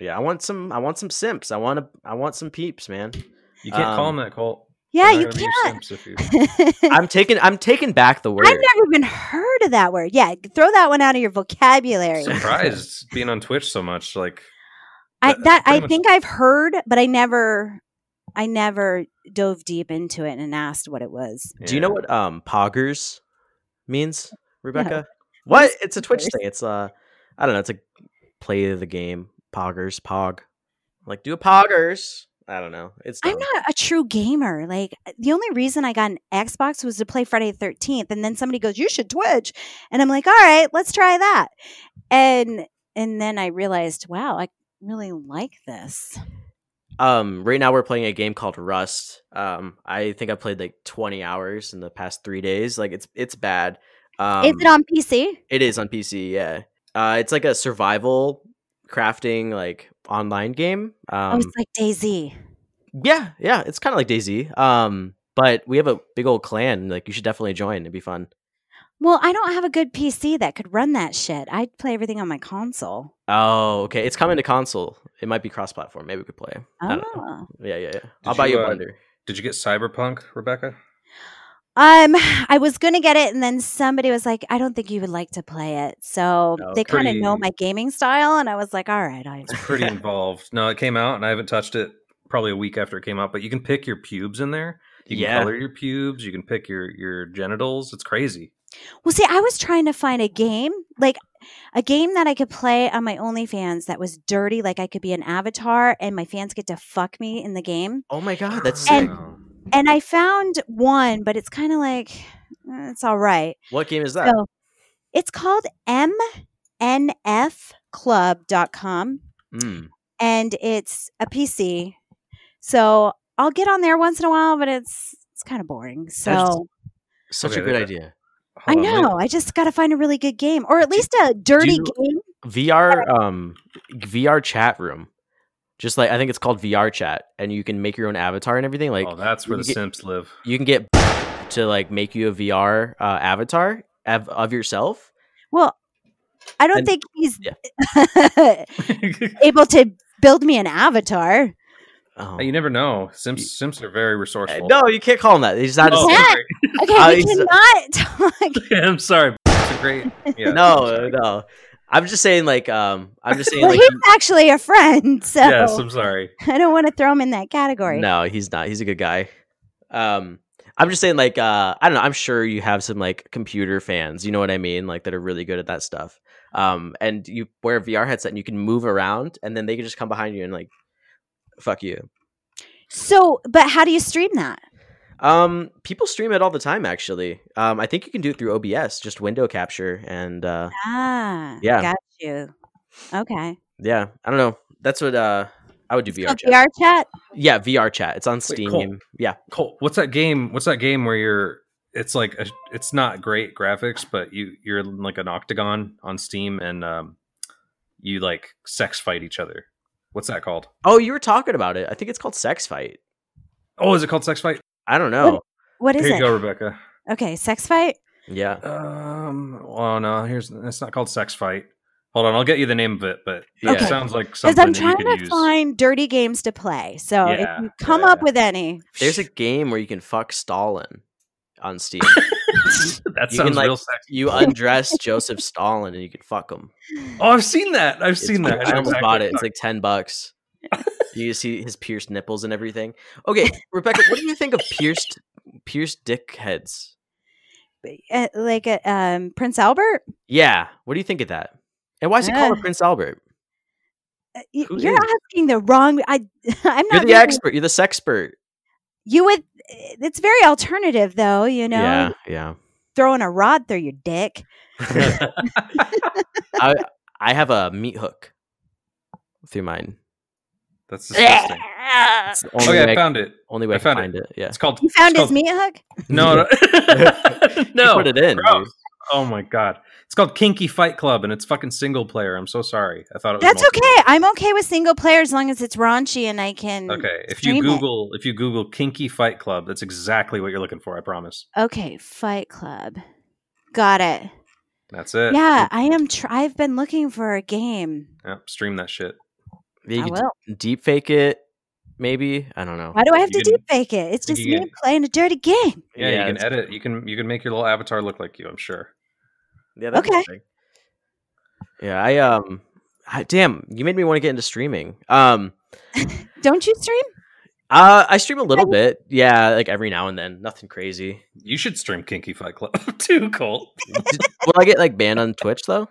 Speaker 1: Yeah, I want some I want some simps. I want to I want some peeps,
Speaker 3: [laughs]
Speaker 1: man.
Speaker 2: You can't call him
Speaker 1: Um,
Speaker 2: that, Colt.
Speaker 3: Yeah,
Speaker 2: They're
Speaker 3: you
Speaker 2: not gonna be your
Speaker 3: can't.
Speaker 2: simps if you-
Speaker 3: [laughs] I've
Speaker 1: I'm taking I'm taking back the word.
Speaker 3: never even heard of that word. Yeah. Throw that one out of your
Speaker 2: [laughs]
Speaker 3: vocabulary.
Speaker 2: surprised being on Twitch so much. Like
Speaker 3: I,
Speaker 2: That-
Speaker 3: that
Speaker 2: pretty
Speaker 3: I
Speaker 2: much-
Speaker 3: think I've heard, but I never, I never dove deep into it and asked what it was.
Speaker 1: Do you know
Speaker 2: yeah.
Speaker 1: what um poggers means, Rebecca?
Speaker 3: What
Speaker 1: What?
Speaker 3: is
Speaker 1: It's a Twitch
Speaker 3: poggers?
Speaker 1: thing. It's uh I don't know, it's a play of the game. Poggers, pog. Like do a poggers. I don't know. It's
Speaker 3: I'm
Speaker 1: dumb.
Speaker 3: not a true gamer. Like uh, the only reason I got an Xbox was to play Friday the 13th and then somebody goes, "You should Twitch." And I'm like, "All right, let's try that." And and then I realized, "Wow, I really like this."
Speaker 1: um right now we're playing a game called Rust. Um I think I played like 20 hours in the past 3 days. Like it's it's bad. Um
Speaker 3: Is it on PC?
Speaker 1: It is on PC, yeah. Uh it's like a survival crafting like online game. Um
Speaker 3: I was like Daisy.
Speaker 1: Yeah, yeah, it's kind of like Daisy. Um, but we have a big old clan. Like you should definitely join. It'd be fun.
Speaker 3: Well, I don't have a good PC that could run that shit. I play everything on my console.
Speaker 1: Oh, okay. It's coming to console. It might be cross-platform. Maybe we could play. I don't know.
Speaker 3: Oh.
Speaker 1: Yeah, yeah, yeah. I'll buy
Speaker 2: you,
Speaker 1: you a
Speaker 2: uh,
Speaker 1: bundle.
Speaker 2: Did you get Cyberpunk, Rebecca?
Speaker 3: Um, [sighs] I was gonna get it, and then somebody was like, "I don't think you would like to play it." So
Speaker 1: No,
Speaker 3: they kind of
Speaker 2: pretty-
Speaker 3: know my gaming style, and I was like, "All right, I."
Speaker 2: It's
Speaker 1: [laughs]
Speaker 2: pretty involved. No, it came out, and I haven't touched it probably a week after it came out. But you can pick your pubes in there. You can
Speaker 1: Yeah.
Speaker 2: color your pubes. You can pick your your genitals. It's crazy.
Speaker 3: Well, see, I was trying to find a game, like a game that I could play on my OnlyFans that was dirty, like I could be an avatar and my fans get to fuck me in the game.
Speaker 1: Oh my god, [gasps] that's sick.
Speaker 3: And-
Speaker 2: Wow.
Speaker 3: And I found one, but it's kind of like eh, it's all right.
Speaker 1: what game is that?
Speaker 3: So it's called mnfclub.com
Speaker 1: Mm.
Speaker 3: and it's a PC. So I'll get on there once in a while, but it's it's kind of boring. So
Speaker 1: Such
Speaker 2: Okay,
Speaker 1: a good
Speaker 2: that-
Speaker 1: idea.
Speaker 3: I
Speaker 2: Hold on, let me-
Speaker 3: know. I just got to find a really good game or at least a dirty
Speaker 1: you-
Speaker 3: game.
Speaker 1: VR um VR chat room. Just like I think it's called VR chat and you can make your own avatar and everything like
Speaker 2: oh, that's where
Speaker 1: you
Speaker 2: the
Speaker 1: get-
Speaker 2: simps live.
Speaker 1: you can get [laughs] to like make you a VR uh, avatar of, of yourself.
Speaker 3: Well, I don't
Speaker 1: And-
Speaker 3: think he's
Speaker 1: yeah.
Speaker 3: [laughs]
Speaker 1: [laughs]
Speaker 3: able to build me an avatar.
Speaker 1: Oh. eh,
Speaker 2: you never know. Simps simps are very resourceful.
Speaker 1: No, you can't call him that. He's not a
Speaker 2: Oh, [laughs]
Speaker 1: simp.
Speaker 3: Yeah. Okay,
Speaker 1: Uh,
Speaker 3: we
Speaker 1: he's-
Speaker 3: cannot [laughs] talk.
Speaker 2: sorry. I'm sorry. [laughs] It's a great. Yeah, I'm
Speaker 1: no,
Speaker 2: sorry.
Speaker 1: no. I'm just saying, like, um, I'm just saying,
Speaker 3: Well,
Speaker 1: like,
Speaker 3: he's [laughs] actually a friend, [laughs] so
Speaker 2: Yes, I'm sorry.
Speaker 3: I don't want to throw him in that category.
Speaker 1: no, he's not. He's a good guy. Um, I'm just saying, like, uh, I don't know. I'm sure you have some like computer fans. You know what I mean? Like that are really good at that stuff. Um, and you wear a VR headset and you can move around, and then they can just come behind you and like, fuck you.
Speaker 3: So, but how do you stream that?
Speaker 1: Um, people stream it all the time. Actually, um, I think you can do it through OBS, just window capture, and uh,
Speaker 3: Ah,
Speaker 1: Yeah.
Speaker 3: got you. Okay,
Speaker 1: yeah, I don't know. That's what uh, I would do
Speaker 3: Oh,
Speaker 1: VR chat.
Speaker 3: VR chat.
Speaker 1: Yeah, VR chat. It's on
Speaker 2: Wait,
Speaker 1: Steam.
Speaker 2: Cole.
Speaker 1: Yeah.
Speaker 2: Colt, what's that game? What's that game where you're it's like a, it's not great graphics, but you you're in like an octagon on Steam and um, you like sex fight each other. What's that called?
Speaker 1: Oh, you were talking about it. I think it's called Sex Fight.
Speaker 2: Oh, is it called sex fight?
Speaker 1: I don't know.
Speaker 3: What is
Speaker 2: Here you
Speaker 3: it?
Speaker 2: go, Rebecca.
Speaker 3: Okay, sex fight. Oh,
Speaker 1: Yeah.
Speaker 2: Um, oh no, here's it's not called sex fight. Hold on, I'll get you the name of it, but
Speaker 1: Yeah.
Speaker 2: it sounds like
Speaker 3: Because
Speaker 2: something
Speaker 3: I'm
Speaker 2: that you
Speaker 3: trying
Speaker 2: could
Speaker 3: to
Speaker 2: use.
Speaker 3: find dirty games to play. So
Speaker 2: Yeah,
Speaker 3: if you come up
Speaker 2: yeah.
Speaker 3: with any,
Speaker 1: There's a game where you can fuck Stalin on Steam.
Speaker 2: [laughs] that
Speaker 1: You
Speaker 2: sounds
Speaker 1: can, like-
Speaker 2: real sexy.
Speaker 3: [laughs]
Speaker 1: you undress Joseph Stalin and you can fuck him.
Speaker 2: Oh, I've seen that. I've
Speaker 1: It's
Speaker 2: seen
Speaker 1: cool.
Speaker 2: that.
Speaker 1: I
Speaker 2: know
Speaker 1: almost
Speaker 2: exactly
Speaker 1: bought it.
Speaker 2: what
Speaker 1: It's like ten bucks. you see his pierced nipples and everything. Okay, Rebecca, what do you think of pierced pierced dick heads?
Speaker 3: uh, like a um, Prince Albert,
Speaker 1: Yeah, what do you think of that? And why is it called a Prince Albert?
Speaker 3: uh, y-
Speaker 1: Who
Speaker 3: you're
Speaker 1: is?
Speaker 3: asking the wrong. I [laughs] I'm
Speaker 1: You're
Speaker 3: not.
Speaker 1: the
Speaker 3: really-
Speaker 1: expert. You're the sexpert.
Speaker 3: You would. It's very alternative, though. You know,
Speaker 1: Yeah, yeah.
Speaker 3: throwing a rod through your dick.
Speaker 2: [laughs]
Speaker 1: I I have a meat hook through mine.
Speaker 2: That's
Speaker 3: [laughs]
Speaker 2: disgusting.
Speaker 3: Uh,
Speaker 1: It's the only
Speaker 2: okay,
Speaker 1: way
Speaker 2: I found it.
Speaker 1: only way
Speaker 2: I
Speaker 1: I,
Speaker 2: found
Speaker 1: can find it. Yeah.
Speaker 2: It's called.
Speaker 3: You found
Speaker 2: it's
Speaker 3: his
Speaker 2: called,
Speaker 3: meat hook.
Speaker 2: No, no,
Speaker 1: [laughs] You
Speaker 2: no.
Speaker 1: put it in. dude.
Speaker 2: gross. Oh my god, it's called Kinky Fight Club, and it's fucking single player. I'm so sorry. I thought it was.
Speaker 3: That's
Speaker 2: multiplayer.
Speaker 3: okay. I'm okay with single player as long as it's raunchy and I can.
Speaker 2: Okay, if you
Speaker 3: Stream it.
Speaker 2: Google if you Google Kinky Fight Club, that's exactly what you're looking for. I promise.
Speaker 3: Okay, Fight Club. Got it.
Speaker 2: That's it.
Speaker 3: Yeah, I am. Tr- I've been looking for a game.
Speaker 2: Yep, stream that shit.
Speaker 1: You
Speaker 3: I
Speaker 1: could
Speaker 3: will.
Speaker 1: deep fake it, maybe. I don't know.
Speaker 3: Why do I have
Speaker 2: You
Speaker 3: to
Speaker 2: can-
Speaker 3: deep fake it? It's
Speaker 2: you
Speaker 3: just
Speaker 2: can-
Speaker 3: me playing a dirty game.
Speaker 2: Yeah, you
Speaker 1: it's-
Speaker 2: can edit. You can you can make your little avatar look like you. I'm sure.
Speaker 1: Yeah, that's
Speaker 3: Okay.
Speaker 1: interesting. Yeah, I um, I, damn, you made me want to get into streaming. Um,
Speaker 3: Don't you stream?
Speaker 1: uh, I stream a little bit. Yeah, like every now and then, nothing crazy.
Speaker 2: You should stream Kinky Fight Club [laughs] too, Colt.
Speaker 1: Will I get like banned on Twitch though?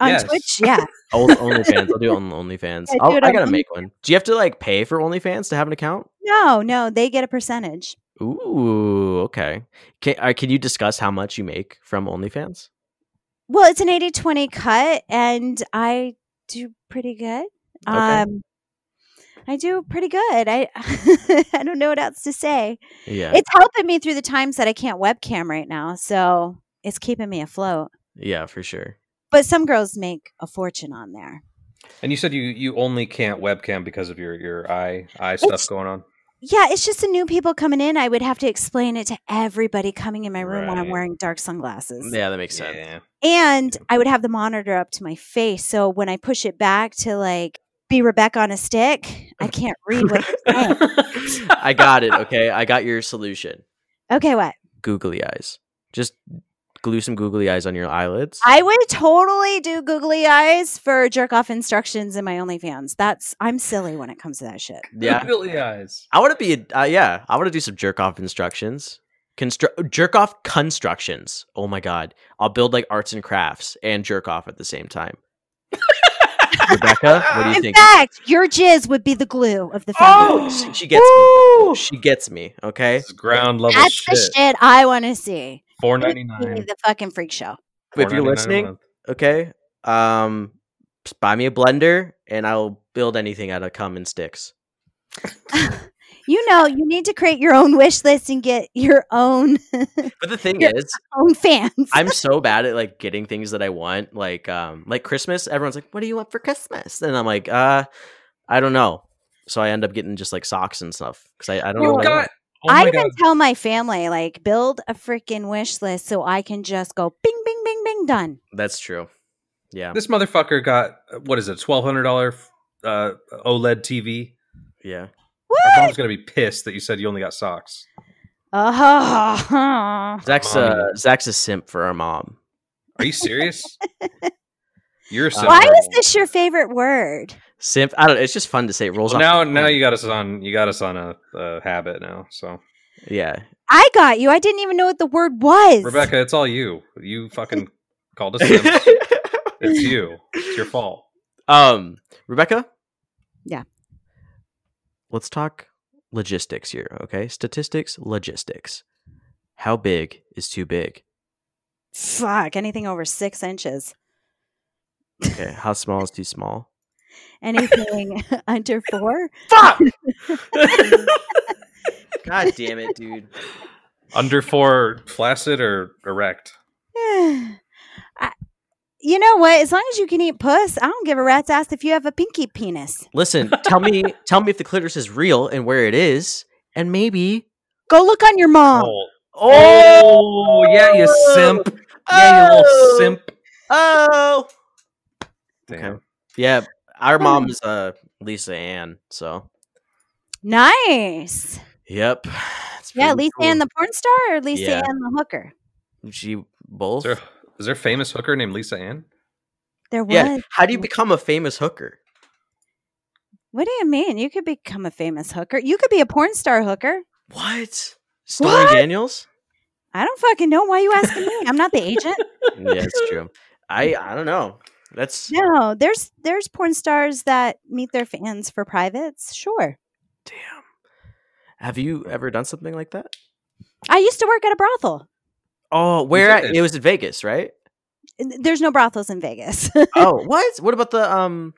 Speaker 3: On
Speaker 2: Yes. [laughs]
Speaker 3: Twitch, yeah.
Speaker 1: Oh, OnlyFans. I'll do it on OnlyFans.
Speaker 3: [laughs] Yeah, do
Speaker 1: I'll,
Speaker 3: it
Speaker 1: I
Speaker 3: on
Speaker 1: gotta make one. Do you have to like pay for OnlyFans to have an account?
Speaker 3: No, no, they get a percentage.
Speaker 1: Ooh, okay. Can uh, can you discuss how much you make from OnlyFans?
Speaker 3: Well, it's an 80 20 cut, and I do pretty good. Um, I do pretty good. I [laughs] I don't know what else to say.
Speaker 1: Yeah,
Speaker 3: It's helping me through the times that I can't webcam right now, so it's keeping me afloat.
Speaker 1: yeah, for sure.
Speaker 3: But some girls make a fortune on there.
Speaker 2: And you said you you only can't webcam because of your your eye eye stuff going on.
Speaker 3: Yeah, it's just the new people coming in. I would have to explain it to everybody coming in my room when I'm
Speaker 2: Right.
Speaker 3: wearing dark sunglasses.
Speaker 1: Yeah, that makes sense.
Speaker 3: [laughs]
Speaker 2: Yeah.
Speaker 3: And I would have the monitor up to my face. So when I push it back to like be Rebecca on a stick, I can't read what they're saying.
Speaker 1: [laughs] I got it. Okay, I got your solution.
Speaker 3: Okay, what?
Speaker 1: googly eyes. Just glue some googly eyes on your eyelids.
Speaker 3: I would totally do googly eyes for jerk off instructions in my OnlyFans. That's I'm silly when it comes to that shit.
Speaker 1: yeah,
Speaker 2: Googly eyes.
Speaker 1: I want to be. a- Uh, yeah, I want to do some jerk off instructions. Constru- jerk off constructions. Oh my god, I'll build like arts and crafts and jerk off at the same time. [laughs] Rebecca, what do you
Speaker 3: In
Speaker 1: think?
Speaker 3: fact, your jizz would be the glue of the foundation.
Speaker 1: Oh, she, she gets me. She gets me. Okay.
Speaker 2: This is ground level
Speaker 3: That's
Speaker 2: Oh, shit.
Speaker 3: the shit I want to see.
Speaker 2: Four
Speaker 3: I wanna
Speaker 2: ninety
Speaker 3: see
Speaker 2: nine.
Speaker 3: The fucking freak show.
Speaker 1: If you're listening, okay. Um, just buy me a blender and I'll build anything out of cum and sticks.
Speaker 3: You know, you need to create your own wish list and get your own
Speaker 1: But the thing
Speaker 3: Yeah.
Speaker 1: is,
Speaker 3: own fans.
Speaker 1: I'm so bad at like getting things that I want. Like um like Christmas, everyone's like, "What do you want for Christmas?" And I'm like, "Uh, I don't know." So I end up getting just like socks and stuff cuz I, I don't know.
Speaker 2: you
Speaker 1: What I
Speaker 2: got.
Speaker 1: want.
Speaker 2: Oh
Speaker 3: I
Speaker 2: my
Speaker 3: even
Speaker 2: god.
Speaker 3: tell my family like build a freaking wish list so I can just go bing bing bing bing done.
Speaker 1: That's true. Yeah.
Speaker 2: This motherfucker got uh, what is it? Twelve hundred dollar uh, OLED TV.
Speaker 1: Yeah.
Speaker 2: Our
Speaker 3: What?
Speaker 2: mom's gonna be pissed that you said you only got socks.
Speaker 3: Oh,
Speaker 1: Zach's
Speaker 2: Mommy.
Speaker 1: uh, Zach's a simp for our mom.
Speaker 2: Are you serious? You're [laughs] so.
Speaker 3: why is
Speaker 2: horrible.
Speaker 3: this your favorite word?
Speaker 1: Simp. I don't know, it's just fun to say. It rolls
Speaker 2: Well,
Speaker 1: off
Speaker 2: now,
Speaker 1: the [laughs]
Speaker 2: now
Speaker 1: tongue.
Speaker 2: you got us on. You got us on a, a habit now. So
Speaker 1: Yeah.
Speaker 3: I got you. I didn't even know what the word was.
Speaker 2: Rebecca, it's all you. You fucking called us.
Speaker 1: [laughs]
Speaker 2: simps. it's you. It's your fault.
Speaker 1: um Rebecca?
Speaker 3: Yeah.
Speaker 1: Let's talk logistics here, okay? Statistics, logistics. How big is too big?
Speaker 3: Fuck, anything over six inches,
Speaker 1: Okay, how small is too small?
Speaker 2: [laughs]
Speaker 3: anything [laughs] under [laughs] four. [sighs]
Speaker 2: Fuck.
Speaker 1: God damn it, dude.
Speaker 2: Under four, flaccid or erect?
Speaker 3: I- you know what? As long as you can eat puss, I don't give a rat's ass if you have a pinky penis.
Speaker 1: Listen, tell me, tell me if the clitoris is real and where it is, and maybe.
Speaker 3: Go look on your mom.
Speaker 2: Oh, oh yeah, you simp. Yeah, you little simp.
Speaker 1: Oh.
Speaker 2: Damn.
Speaker 1: Okay. Yeah, our
Speaker 3: Hmm.
Speaker 1: mom is uh Lisa Ann. So.
Speaker 3: Nice.
Speaker 1: Yep. It's
Speaker 3: Yeah,
Speaker 1: pretty
Speaker 3: Lisa
Speaker 1: cool.
Speaker 3: Ann the porn star or Lisa
Speaker 1: Yeah.
Speaker 3: Ann the hooker?
Speaker 1: She both.
Speaker 2: Is there, is there a famous hooker named
Speaker 1: [laughs]
Speaker 2: Lisa Ann?
Speaker 3: There was.
Speaker 1: Yeah. How do you become a famous hooker?
Speaker 3: What do you mean? You could become a famous hooker. You could be a porn star hooker.
Speaker 1: What? Stormy
Speaker 3: What?
Speaker 1: Daniels?
Speaker 3: [laughs] I don't fucking know why you asking me. I'm not
Speaker 1: [laughs]
Speaker 3: the agent.
Speaker 1: Yeah, it's true. I I don't know. That's
Speaker 3: No, there's there's porn stars that meet their fans for privates. Sure.
Speaker 1: damn. Have you ever done something like that?
Speaker 3: I used to work at a brothel.
Speaker 1: Oh, where at?
Speaker 2: did.
Speaker 1: it was in Vegas,
Speaker 3: [laughs]
Speaker 1: right?
Speaker 3: N- There's no brothels in Vegas. [laughs]
Speaker 1: oh, what? What about the um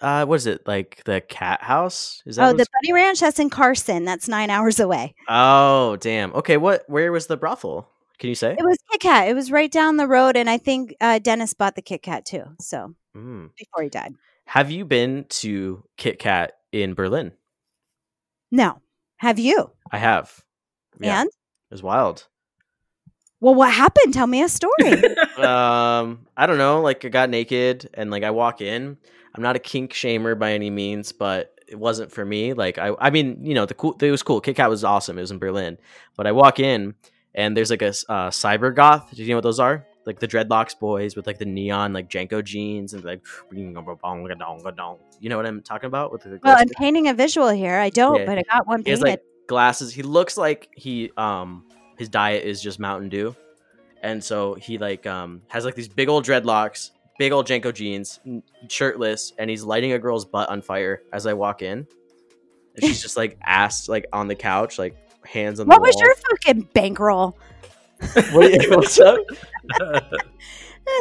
Speaker 1: uh what is it? Like the cat house? Is that
Speaker 3: oh,
Speaker 1: what
Speaker 3: the
Speaker 1: it's-
Speaker 3: Bunny Ranch that's in Carson. That's nine hours away.
Speaker 1: Oh, damn. Okay, what where was the brothel? Can you say?
Speaker 3: It was Kit Kat. It was right down the road, and I think uh, Dennis bought the Kit Kat too. So
Speaker 1: Mm.
Speaker 3: before he died.
Speaker 1: Have you been to Kit Kat in Berlin?
Speaker 3: No, have you?
Speaker 1: I have. Yeah,
Speaker 3: And
Speaker 1: it was wild.
Speaker 3: well, what happened? Tell me a story.
Speaker 1: um i don't know like i got naked and like i walk in i'm not a kink shamer by any means but it wasn't for me like i i mean you know the cool it was cool kit kat was awesome it was in berlin but i walk in and there's like a s- uh, cyber goth do you know what those are like the dreadlocks boys with like the neon like janko jeans and like [sniffs] you know what i'm talking about with the
Speaker 3: well, I'm painting a visual here. I don't,
Speaker 1: Yeah.
Speaker 3: but I got one
Speaker 1: he has
Speaker 3: painted.
Speaker 1: like glasses. He looks like he um his diet is just Mountain Dew, and so he like um has like these big old dreadlocks, big old Janko jeans, n- shirtless, and he's lighting a girl's butt on fire as I walk in. And she's just
Speaker 3: [laughs]
Speaker 1: like ass like on the couch, like hands on
Speaker 3: what
Speaker 1: the
Speaker 3: was
Speaker 1: wall.
Speaker 3: your fucking bankroll?
Speaker 1: [laughs] What-
Speaker 3: [laughs]
Speaker 1: what's up?
Speaker 3: Eh,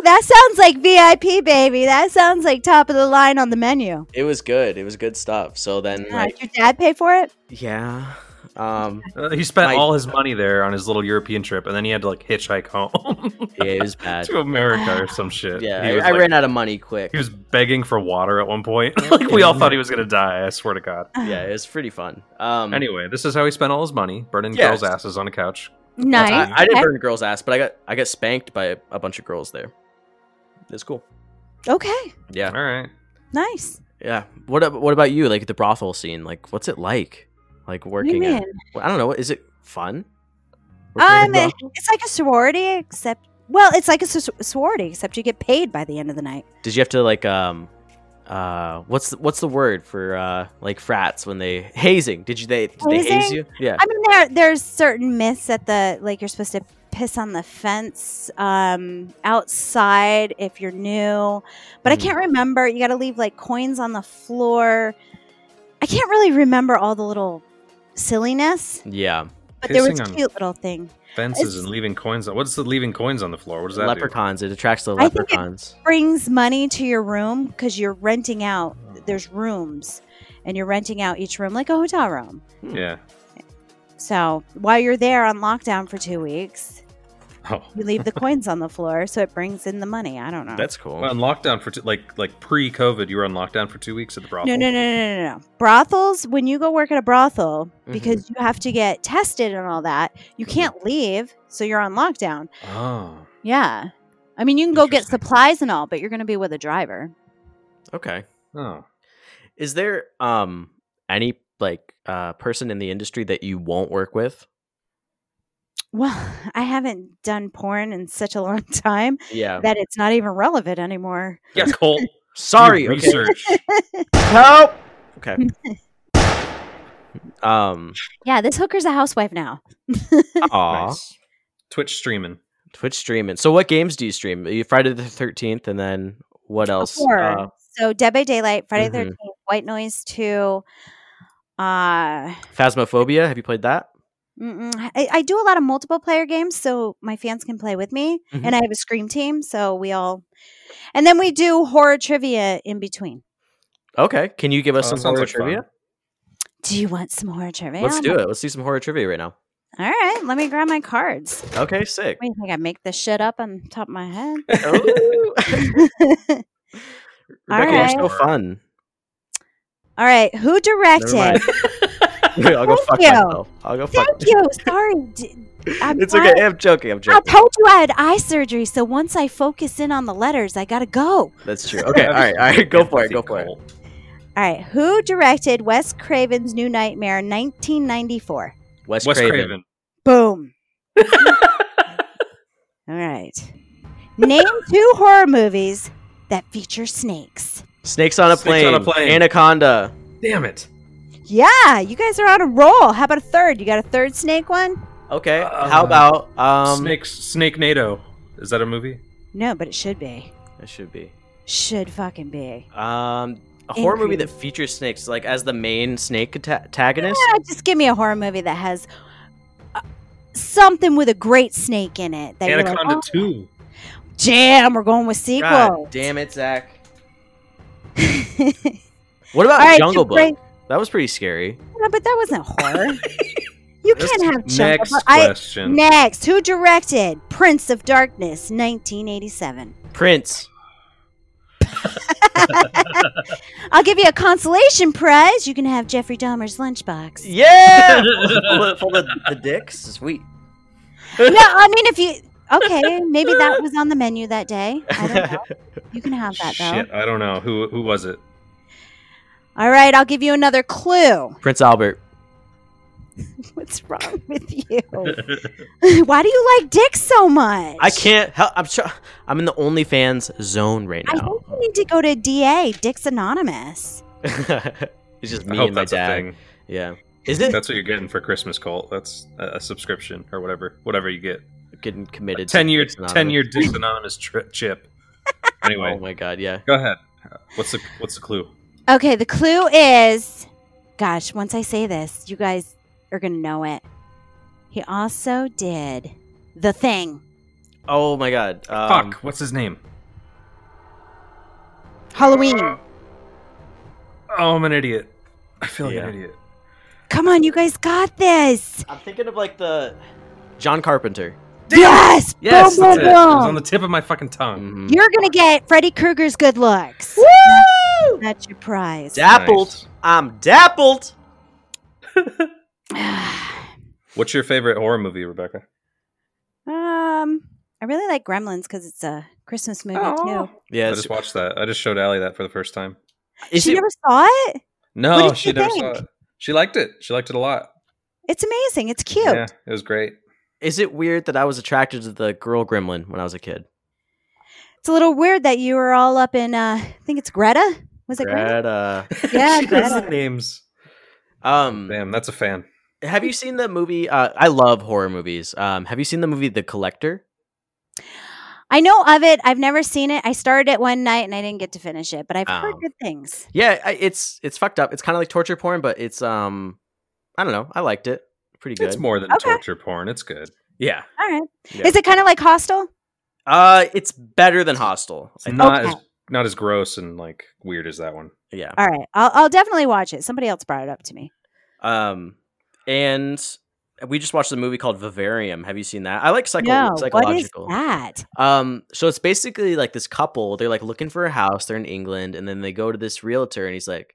Speaker 3: That sounds like VIP, baby. That sounds like top of the line on the menu.
Speaker 1: It was good. It was good stuff. So then
Speaker 3: Yeah,
Speaker 1: like
Speaker 3: did your dad pay for it?
Speaker 1: yeah. Um
Speaker 2: Uh, he spent
Speaker 1: My-
Speaker 2: all his money there on his little European trip, and then he had to like hitchhike home
Speaker 1: yeah, it was bad.
Speaker 2: to America or some shit.
Speaker 1: Yeah,
Speaker 2: [laughs] he
Speaker 1: I,
Speaker 2: was,
Speaker 1: I
Speaker 2: like-
Speaker 1: ran out of money quick.
Speaker 2: He was begging for water at one
Speaker 1: [laughs]
Speaker 2: point. like we all thought he was gonna die. I swear to God.
Speaker 3: [sighs]
Speaker 1: Yeah, it was pretty fun. Um
Speaker 2: Anyway, this is how he spent all his money, burning
Speaker 1: Yeah.
Speaker 2: girls' asses on a couch.
Speaker 3: Nice.
Speaker 1: I, I didn't
Speaker 3: Okay.
Speaker 1: burn a girl's ass, but I got I got spanked by a, a bunch of girls there. It's cool.
Speaker 3: okay.
Speaker 1: Yeah,
Speaker 2: All right.
Speaker 3: Nice.
Speaker 1: yeah. What ab- what about you? Like the brothel scene? Like what's it like? Like
Speaker 3: What do you
Speaker 1: working
Speaker 3: mean?
Speaker 1: at? Well, I don't know. Is it fun? Working at a
Speaker 3: Um,
Speaker 1: brothel?
Speaker 3: it's like a sorority, except well, it's like a s- sorority, except you get paid by the end of the night.
Speaker 1: Did you have to like um uh what's the, what's the word for uh like frats when they hazing? Did you they did they haze
Speaker 3: Hazing?
Speaker 1: you? Yeah.
Speaker 3: I mean, there there's certain myths at the like you're supposed to piss on the fence um, outside if you're new, but I
Speaker 2: Mm.
Speaker 1: Mhm.
Speaker 3: can't remember. You got to leave like coins on the floor. I can't really remember all the little silliness,
Speaker 1: yeah.
Speaker 3: but there was
Speaker 2: Pissing
Speaker 3: a
Speaker 2: on-
Speaker 3: cute little thing.
Speaker 2: Fences
Speaker 3: It's-
Speaker 2: and leaving coins. on- What's the leaving coins on the floor? What does that
Speaker 1: Leprechauns. It attracts the
Speaker 3: I think it-
Speaker 1: leprechauns.
Speaker 3: Brings money to your room because you're renting out.
Speaker 1: Hmm.
Speaker 3: There's rooms, and you're renting out each room like a hotel room.
Speaker 2: do? Yeah.
Speaker 3: So while you're there on lockdown for two weeks,
Speaker 2: Oh.
Speaker 3: you leave the coins on the floor, so it brings in the money. I don't know.
Speaker 1: That's cool.
Speaker 2: Well, on lockdown for two, like like pre-COVID, you were on lockdown for two weeks at the brothel.
Speaker 3: no, no, no, no, no, no. Brothels. When you go work at a brothel, because you have to get tested and all that, you can't leave, so you're on lockdown.
Speaker 2: Oh,
Speaker 3: Yeah, I mean you can go get
Speaker 2: Interesting.
Speaker 3: supplies and all, but you're going to be with a driver.
Speaker 1: okay.
Speaker 2: oh.
Speaker 1: Is there um any like uh person in the industry that you won't work with?
Speaker 3: Well, [laughs] I haven't done porn in such a long time
Speaker 1: Yeah.
Speaker 3: that it's not even relevant anymore.
Speaker 2: Yeah, [laughs] Colt. you
Speaker 1: Sorry. Okay.
Speaker 2: research.
Speaker 1: Help. Okay. um.
Speaker 3: Yeah, this hooker's a housewife now.
Speaker 1: [laughs] Aw.
Speaker 2: Nice. Twitch streaming.
Speaker 1: Twitch streaming. So, what games do you stream? You Friday the Thirteenth, and then what else?
Speaker 3: Oh, Four.
Speaker 1: Uh,
Speaker 3: so Dead by Daylight, Friday the
Speaker 1: Mhm.
Speaker 3: 13th, White Noise 2. Uh,
Speaker 1: Phasmophobia. Have you played that?
Speaker 3: mm-mm. I, I do a lot of multiple player games so my fans can play with me.
Speaker 1: Mhm.
Speaker 3: And I have a Scream team, so we all. And then we do horror trivia in between.
Speaker 1: Okay. Can you give us
Speaker 2: Oh, that
Speaker 1: some
Speaker 2: sounds
Speaker 1: horror
Speaker 2: like fun.
Speaker 1: trivia?
Speaker 3: Do you want some horror trivia?
Speaker 1: Let's do it. Let's do some horror trivia right now.
Speaker 3: All right, let me grab my cards.
Speaker 1: Okay, sick.
Speaker 3: What do you think? I make this shit up on top of my head?
Speaker 1: Oh. Rebecca,
Speaker 3: right.
Speaker 1: you're so fun.
Speaker 3: All right, who
Speaker 1: Never mind.
Speaker 3: directed?
Speaker 1: I'll go fuck
Speaker 3: Thank you.
Speaker 1: myself. I'll go [laughs] fuck.
Speaker 3: Thank you. Sorry.
Speaker 1: [laughs]
Speaker 3: D- I'm
Speaker 1: It's
Speaker 3: glad-
Speaker 1: okay. I'm joking. I'm
Speaker 3: I [laughs]
Speaker 1: joking.
Speaker 3: told you I had eye surgery, so once I focus in on the letters, I gotta go.
Speaker 1: That's true. Okay. All right. All right. Go for it. Go for it.
Speaker 3: All right, who directed Wes Craven's New Nightmare 1994?
Speaker 1: Wes,
Speaker 2: Wes
Speaker 1: Craven.
Speaker 2: Craven.
Speaker 1: [laughs]
Speaker 3: Boom. All right. Name two horror movies that feature snakes.
Speaker 1: Snakes on a
Speaker 2: Snakes
Speaker 1: plane.
Speaker 2: on a Plane.
Speaker 1: Anaconda.
Speaker 2: Damn it.
Speaker 3: Yeah, you guys are on a roll. How about a third? You got a third snake one?
Speaker 1: Okay.
Speaker 2: Uh,
Speaker 1: How about um?
Speaker 2: Snakes. Snake NATO. Is that a movie?
Speaker 3: No, but it should be.
Speaker 1: That should be
Speaker 3: Should fucking be.
Speaker 1: um a horror movie that
Speaker 3: Increase.
Speaker 1: features snakes, like as the main snake ata- antagonist.
Speaker 3: Yeah, just give me a horror movie that has uh, something with a great snake in it. That you're like,
Speaker 2: Anaconda
Speaker 3: "Oh,
Speaker 2: 2.
Speaker 3: jam. We're going with sequel.
Speaker 1: God damn it, Zach. What about
Speaker 3: [laughs] All right,
Speaker 1: Jungle
Speaker 3: you
Speaker 1: Book?
Speaker 3: break-
Speaker 1: That was pretty scary.
Speaker 3: No, but that wasn't
Speaker 1: [laughs]
Speaker 3: horror. you can't have Jungle
Speaker 2: Next
Speaker 3: Book. I-
Speaker 2: question.
Speaker 3: Next, who directed Prince of Darkness, 1987?
Speaker 1: Prince.
Speaker 3: I'll give you a consolation prize. You can have Jeffrey Dahmer's lunchbox.
Speaker 1: Yeah. pull the, pull the, the dicks. Sweet.
Speaker 3: no, I mean if you okay, maybe that was on the menu that day. I don't know.
Speaker 1: [laughs]
Speaker 3: You can have that though.
Speaker 2: Shit, I don't know. Who who was it?
Speaker 3: All right, I'll give you another clue. [laughs]
Speaker 1: Prince Albert.
Speaker 3: What's wrong with you? [laughs] Why do you like dick so much?
Speaker 1: I can't help. I'm try- I'm in the OnlyFans zone right
Speaker 3: I
Speaker 1: now.
Speaker 3: think
Speaker 1: [laughs]
Speaker 3: you need to go to DA, Dicks Anonymous.
Speaker 1: it's just
Speaker 2: I
Speaker 1: me
Speaker 2: hope
Speaker 1: and my
Speaker 2: that's a
Speaker 1: dad.
Speaker 2: thing.
Speaker 1: Yeah. Is it
Speaker 2: That's what you're getting for Christmas, Colt. That's a, a subscription or whatever, whatever you get.
Speaker 1: getting committed? to
Speaker 2: ten year,
Speaker 1: Dicks Anonymous?
Speaker 2: ten year Dicks Anonymous tri- chip. Anyway,
Speaker 1: Oh
Speaker 2: [laughs]
Speaker 1: my god. Yeah.
Speaker 2: go ahead. What's the what's the clue?
Speaker 3: Okay, the clue is gosh, once I say this, you guys are going to know it. He also did The Thing.
Speaker 1: Oh my god. Um,
Speaker 2: Fuck. What's his name?
Speaker 3: Halloween.
Speaker 2: Oh, I'm an idiot. I feel like
Speaker 1: Yeah.
Speaker 2: an idiot.
Speaker 3: Come on, you guys got this.
Speaker 1: I'm thinking of like the John Carpenter.
Speaker 3: Yes.
Speaker 2: Yes,
Speaker 3: boom,
Speaker 2: that's
Speaker 3: boom,
Speaker 2: it. It was on
Speaker 3: boom.
Speaker 2: the tip of my fucking tongue.
Speaker 1: Mhm.
Speaker 3: You're going to get Freddy Krueger's good looks. Woo! That's your prize.
Speaker 1: Dappled.
Speaker 2: Nice.
Speaker 1: I'm dappled.
Speaker 2: [laughs] What's your favorite horror movie, Rebecca?
Speaker 3: [sighs] um, I really like Gremlins because it's a Christmas movie, too.
Speaker 1: Yeah.
Speaker 2: I
Speaker 1: it's-
Speaker 2: just watched that. I just showed Allie that for the first time.
Speaker 1: is
Speaker 3: she
Speaker 1: it-
Speaker 3: never saw it. What
Speaker 2: No,
Speaker 3: did
Speaker 2: she
Speaker 3: you
Speaker 2: never
Speaker 3: think?
Speaker 2: saw it. She liked it. She liked it a lot.
Speaker 3: It's amazing. It's cute.
Speaker 2: Yeah, it was great.
Speaker 1: Is it weird that I was attracted to the girl gremlin when I was a kid?
Speaker 3: It's a little weird that you were all up in, uh, I think it's Greta. Was it Greta?
Speaker 1: Greta.
Speaker 2: [laughs]
Speaker 3: Yeah,
Speaker 2: she knows the
Speaker 3: Greta.
Speaker 2: names.
Speaker 1: uh,
Speaker 2: [laughs]
Speaker 1: Um,
Speaker 2: Damn, that's a fan.
Speaker 1: have you seen the movie? Uh, I love horror movies. Um, have you seen the movie The Collector?
Speaker 3: I know of it. I've never seen it. I started it one night and I didn't get to finish it, but I've heard
Speaker 1: Um,
Speaker 3: good things.
Speaker 1: Yeah, I- it's it's fucked up. It's kind of like torture porn, but it's um, I don't know. I liked it. Pretty good.
Speaker 2: It's more than
Speaker 3: Okay.
Speaker 2: torture porn. It's good. Yeah,
Speaker 3: All right.
Speaker 1: yeah.
Speaker 3: Is it kind of like Hostel?
Speaker 1: Uh, it's better than Hostel.
Speaker 2: it's
Speaker 1: I-
Speaker 2: not
Speaker 3: Okay.
Speaker 2: as not as gross and like weird as that one.
Speaker 1: yeah.
Speaker 3: All right. I'll, I'll definitely watch it. Somebody else brought it up to me.
Speaker 1: Um, and we just watched a movie called Vivarium. Have you seen that? I like psycho-
Speaker 3: No, what is
Speaker 1: psychological.
Speaker 3: that?
Speaker 1: Um, so it's basically like this couple. They're like looking for a house. They're in England, and then they go to this realtor, and he's like,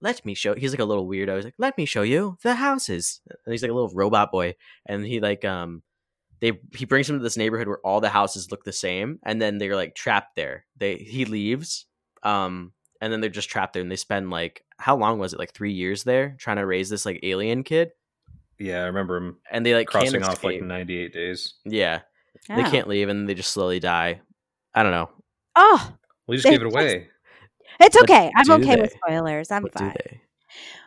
Speaker 1: "Let me show." He's like a little weirdo. He's like, "Let me show you the houses." And he's like a little robot boy, and he like um, they he brings him to this neighborhood where all the houses look the same, and then they're like trapped there. They he leaves, um, and then they're just trapped there, and they spend like how long was it? Like three years there trying to raise this like alien kid,
Speaker 2: Yeah, I remember him
Speaker 1: and they like
Speaker 2: crossing
Speaker 1: can't
Speaker 2: off like
Speaker 1: escape.
Speaker 2: 98 days.
Speaker 1: yeah, they
Speaker 3: Oh.
Speaker 1: can't leave, and they just slowly die. I don't know.
Speaker 3: Oh,
Speaker 2: We just
Speaker 3: They
Speaker 2: gave it
Speaker 3: just-
Speaker 2: away.
Speaker 3: it's
Speaker 1: What
Speaker 3: okay. I'm
Speaker 1: do
Speaker 3: okay
Speaker 1: they?
Speaker 3: with spoilers. I'm
Speaker 1: What do
Speaker 3: fine.
Speaker 1: they?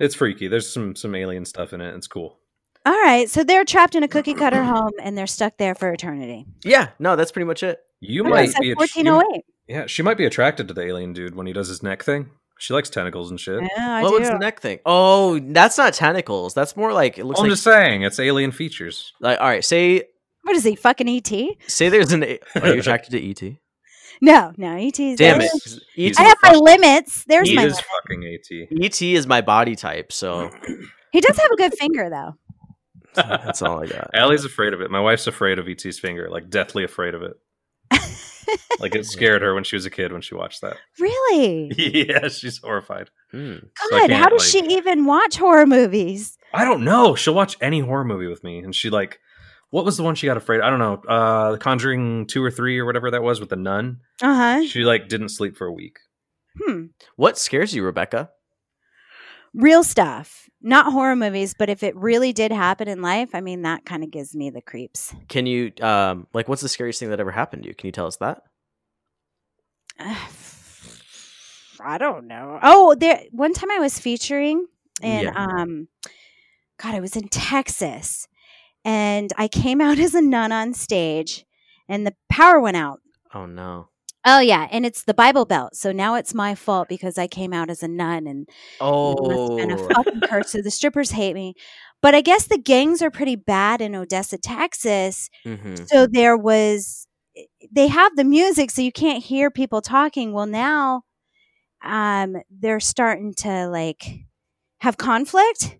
Speaker 2: It's freaky. There's some some alien stuff in it. It's cool.
Speaker 3: All right. So they're trapped in a cookie cutter home and they're stuck there for eternity.
Speaker 1: Yeah, no, that's pretty much it.
Speaker 2: You
Speaker 3: All right,
Speaker 2: might
Speaker 3: so
Speaker 2: be att- you-
Speaker 3: 1408.
Speaker 2: yeah. She might be attracted to the alien dude when he does his neck thing. She likes tentacles and shit.
Speaker 3: Yeah, I
Speaker 1: what was the
Speaker 3: do.
Speaker 1: neck thing? Oh, that's not tentacles. That's more like it looks
Speaker 2: I'm
Speaker 1: like,
Speaker 2: just saying, it's alien features.
Speaker 1: like all right. Say
Speaker 3: What is he? Fucking E ET?
Speaker 1: say there's an. A- Are you attracted to
Speaker 3: [laughs]
Speaker 1: ET?
Speaker 3: No, no, ET is
Speaker 1: Damn
Speaker 2: Yes.
Speaker 1: it! E
Speaker 2: He's
Speaker 1: ET,
Speaker 3: I have my limits. There's
Speaker 2: he
Speaker 3: my.
Speaker 2: is
Speaker 3: limit.
Speaker 2: fucking AT.
Speaker 1: E ET is my body type, so
Speaker 2: [laughs]
Speaker 3: He does have a good finger, though.
Speaker 1: That's all I got.
Speaker 2: Allie's afraid of it. My wife's afraid of ET's finger, like deathly afraid
Speaker 3: [laughs]
Speaker 2: of it. like it scared her when she was a kid when she
Speaker 1: [laughs]
Speaker 2: watched that.
Speaker 3: Really?
Speaker 2: yeah, she's horrified.
Speaker 1: Hmm.
Speaker 2: So I
Speaker 3: God, how
Speaker 2: can't,
Speaker 3: does
Speaker 2: like-
Speaker 3: she even watch horror movies?
Speaker 2: I don't know. She'll watch any horror movie with me, and she like, what was the one she got afraid? I don't know. Uh, The Conjuring two or three or whatever that was with the nun.
Speaker 3: Uh huh.
Speaker 2: She like didn't sleep for a week.
Speaker 3: Hmm.
Speaker 1: What scares you, Rebecca?
Speaker 3: Real stuff, not horror movies, but if it really did happen in life, I mean, that kind of gives me the creeps.
Speaker 1: Can you um like what's the scariest thing that ever happened to you? Can you tell us that?
Speaker 3: [sighs] I don't know. Oh, there. One time I was featuring, and
Speaker 1: Yeah.
Speaker 3: um, God, I was in Texas, and I came out [laughs] as a nun on stage, and the power went out.
Speaker 1: Oh no.
Speaker 3: Oh yeah, and it's the Bible Belt, so now it's my fault because I came out as a nun, and It
Speaker 2: Oh.
Speaker 3: must have been
Speaker 1: Oh.
Speaker 3: a fucking curse. So the strippers hate me. But I guess the gangs are pretty bad in Odessa, Texas.
Speaker 1: hmm
Speaker 3: So there was, eh, they have the music, so you can't hear people talking. Well, now um, they're starting to like have conflict.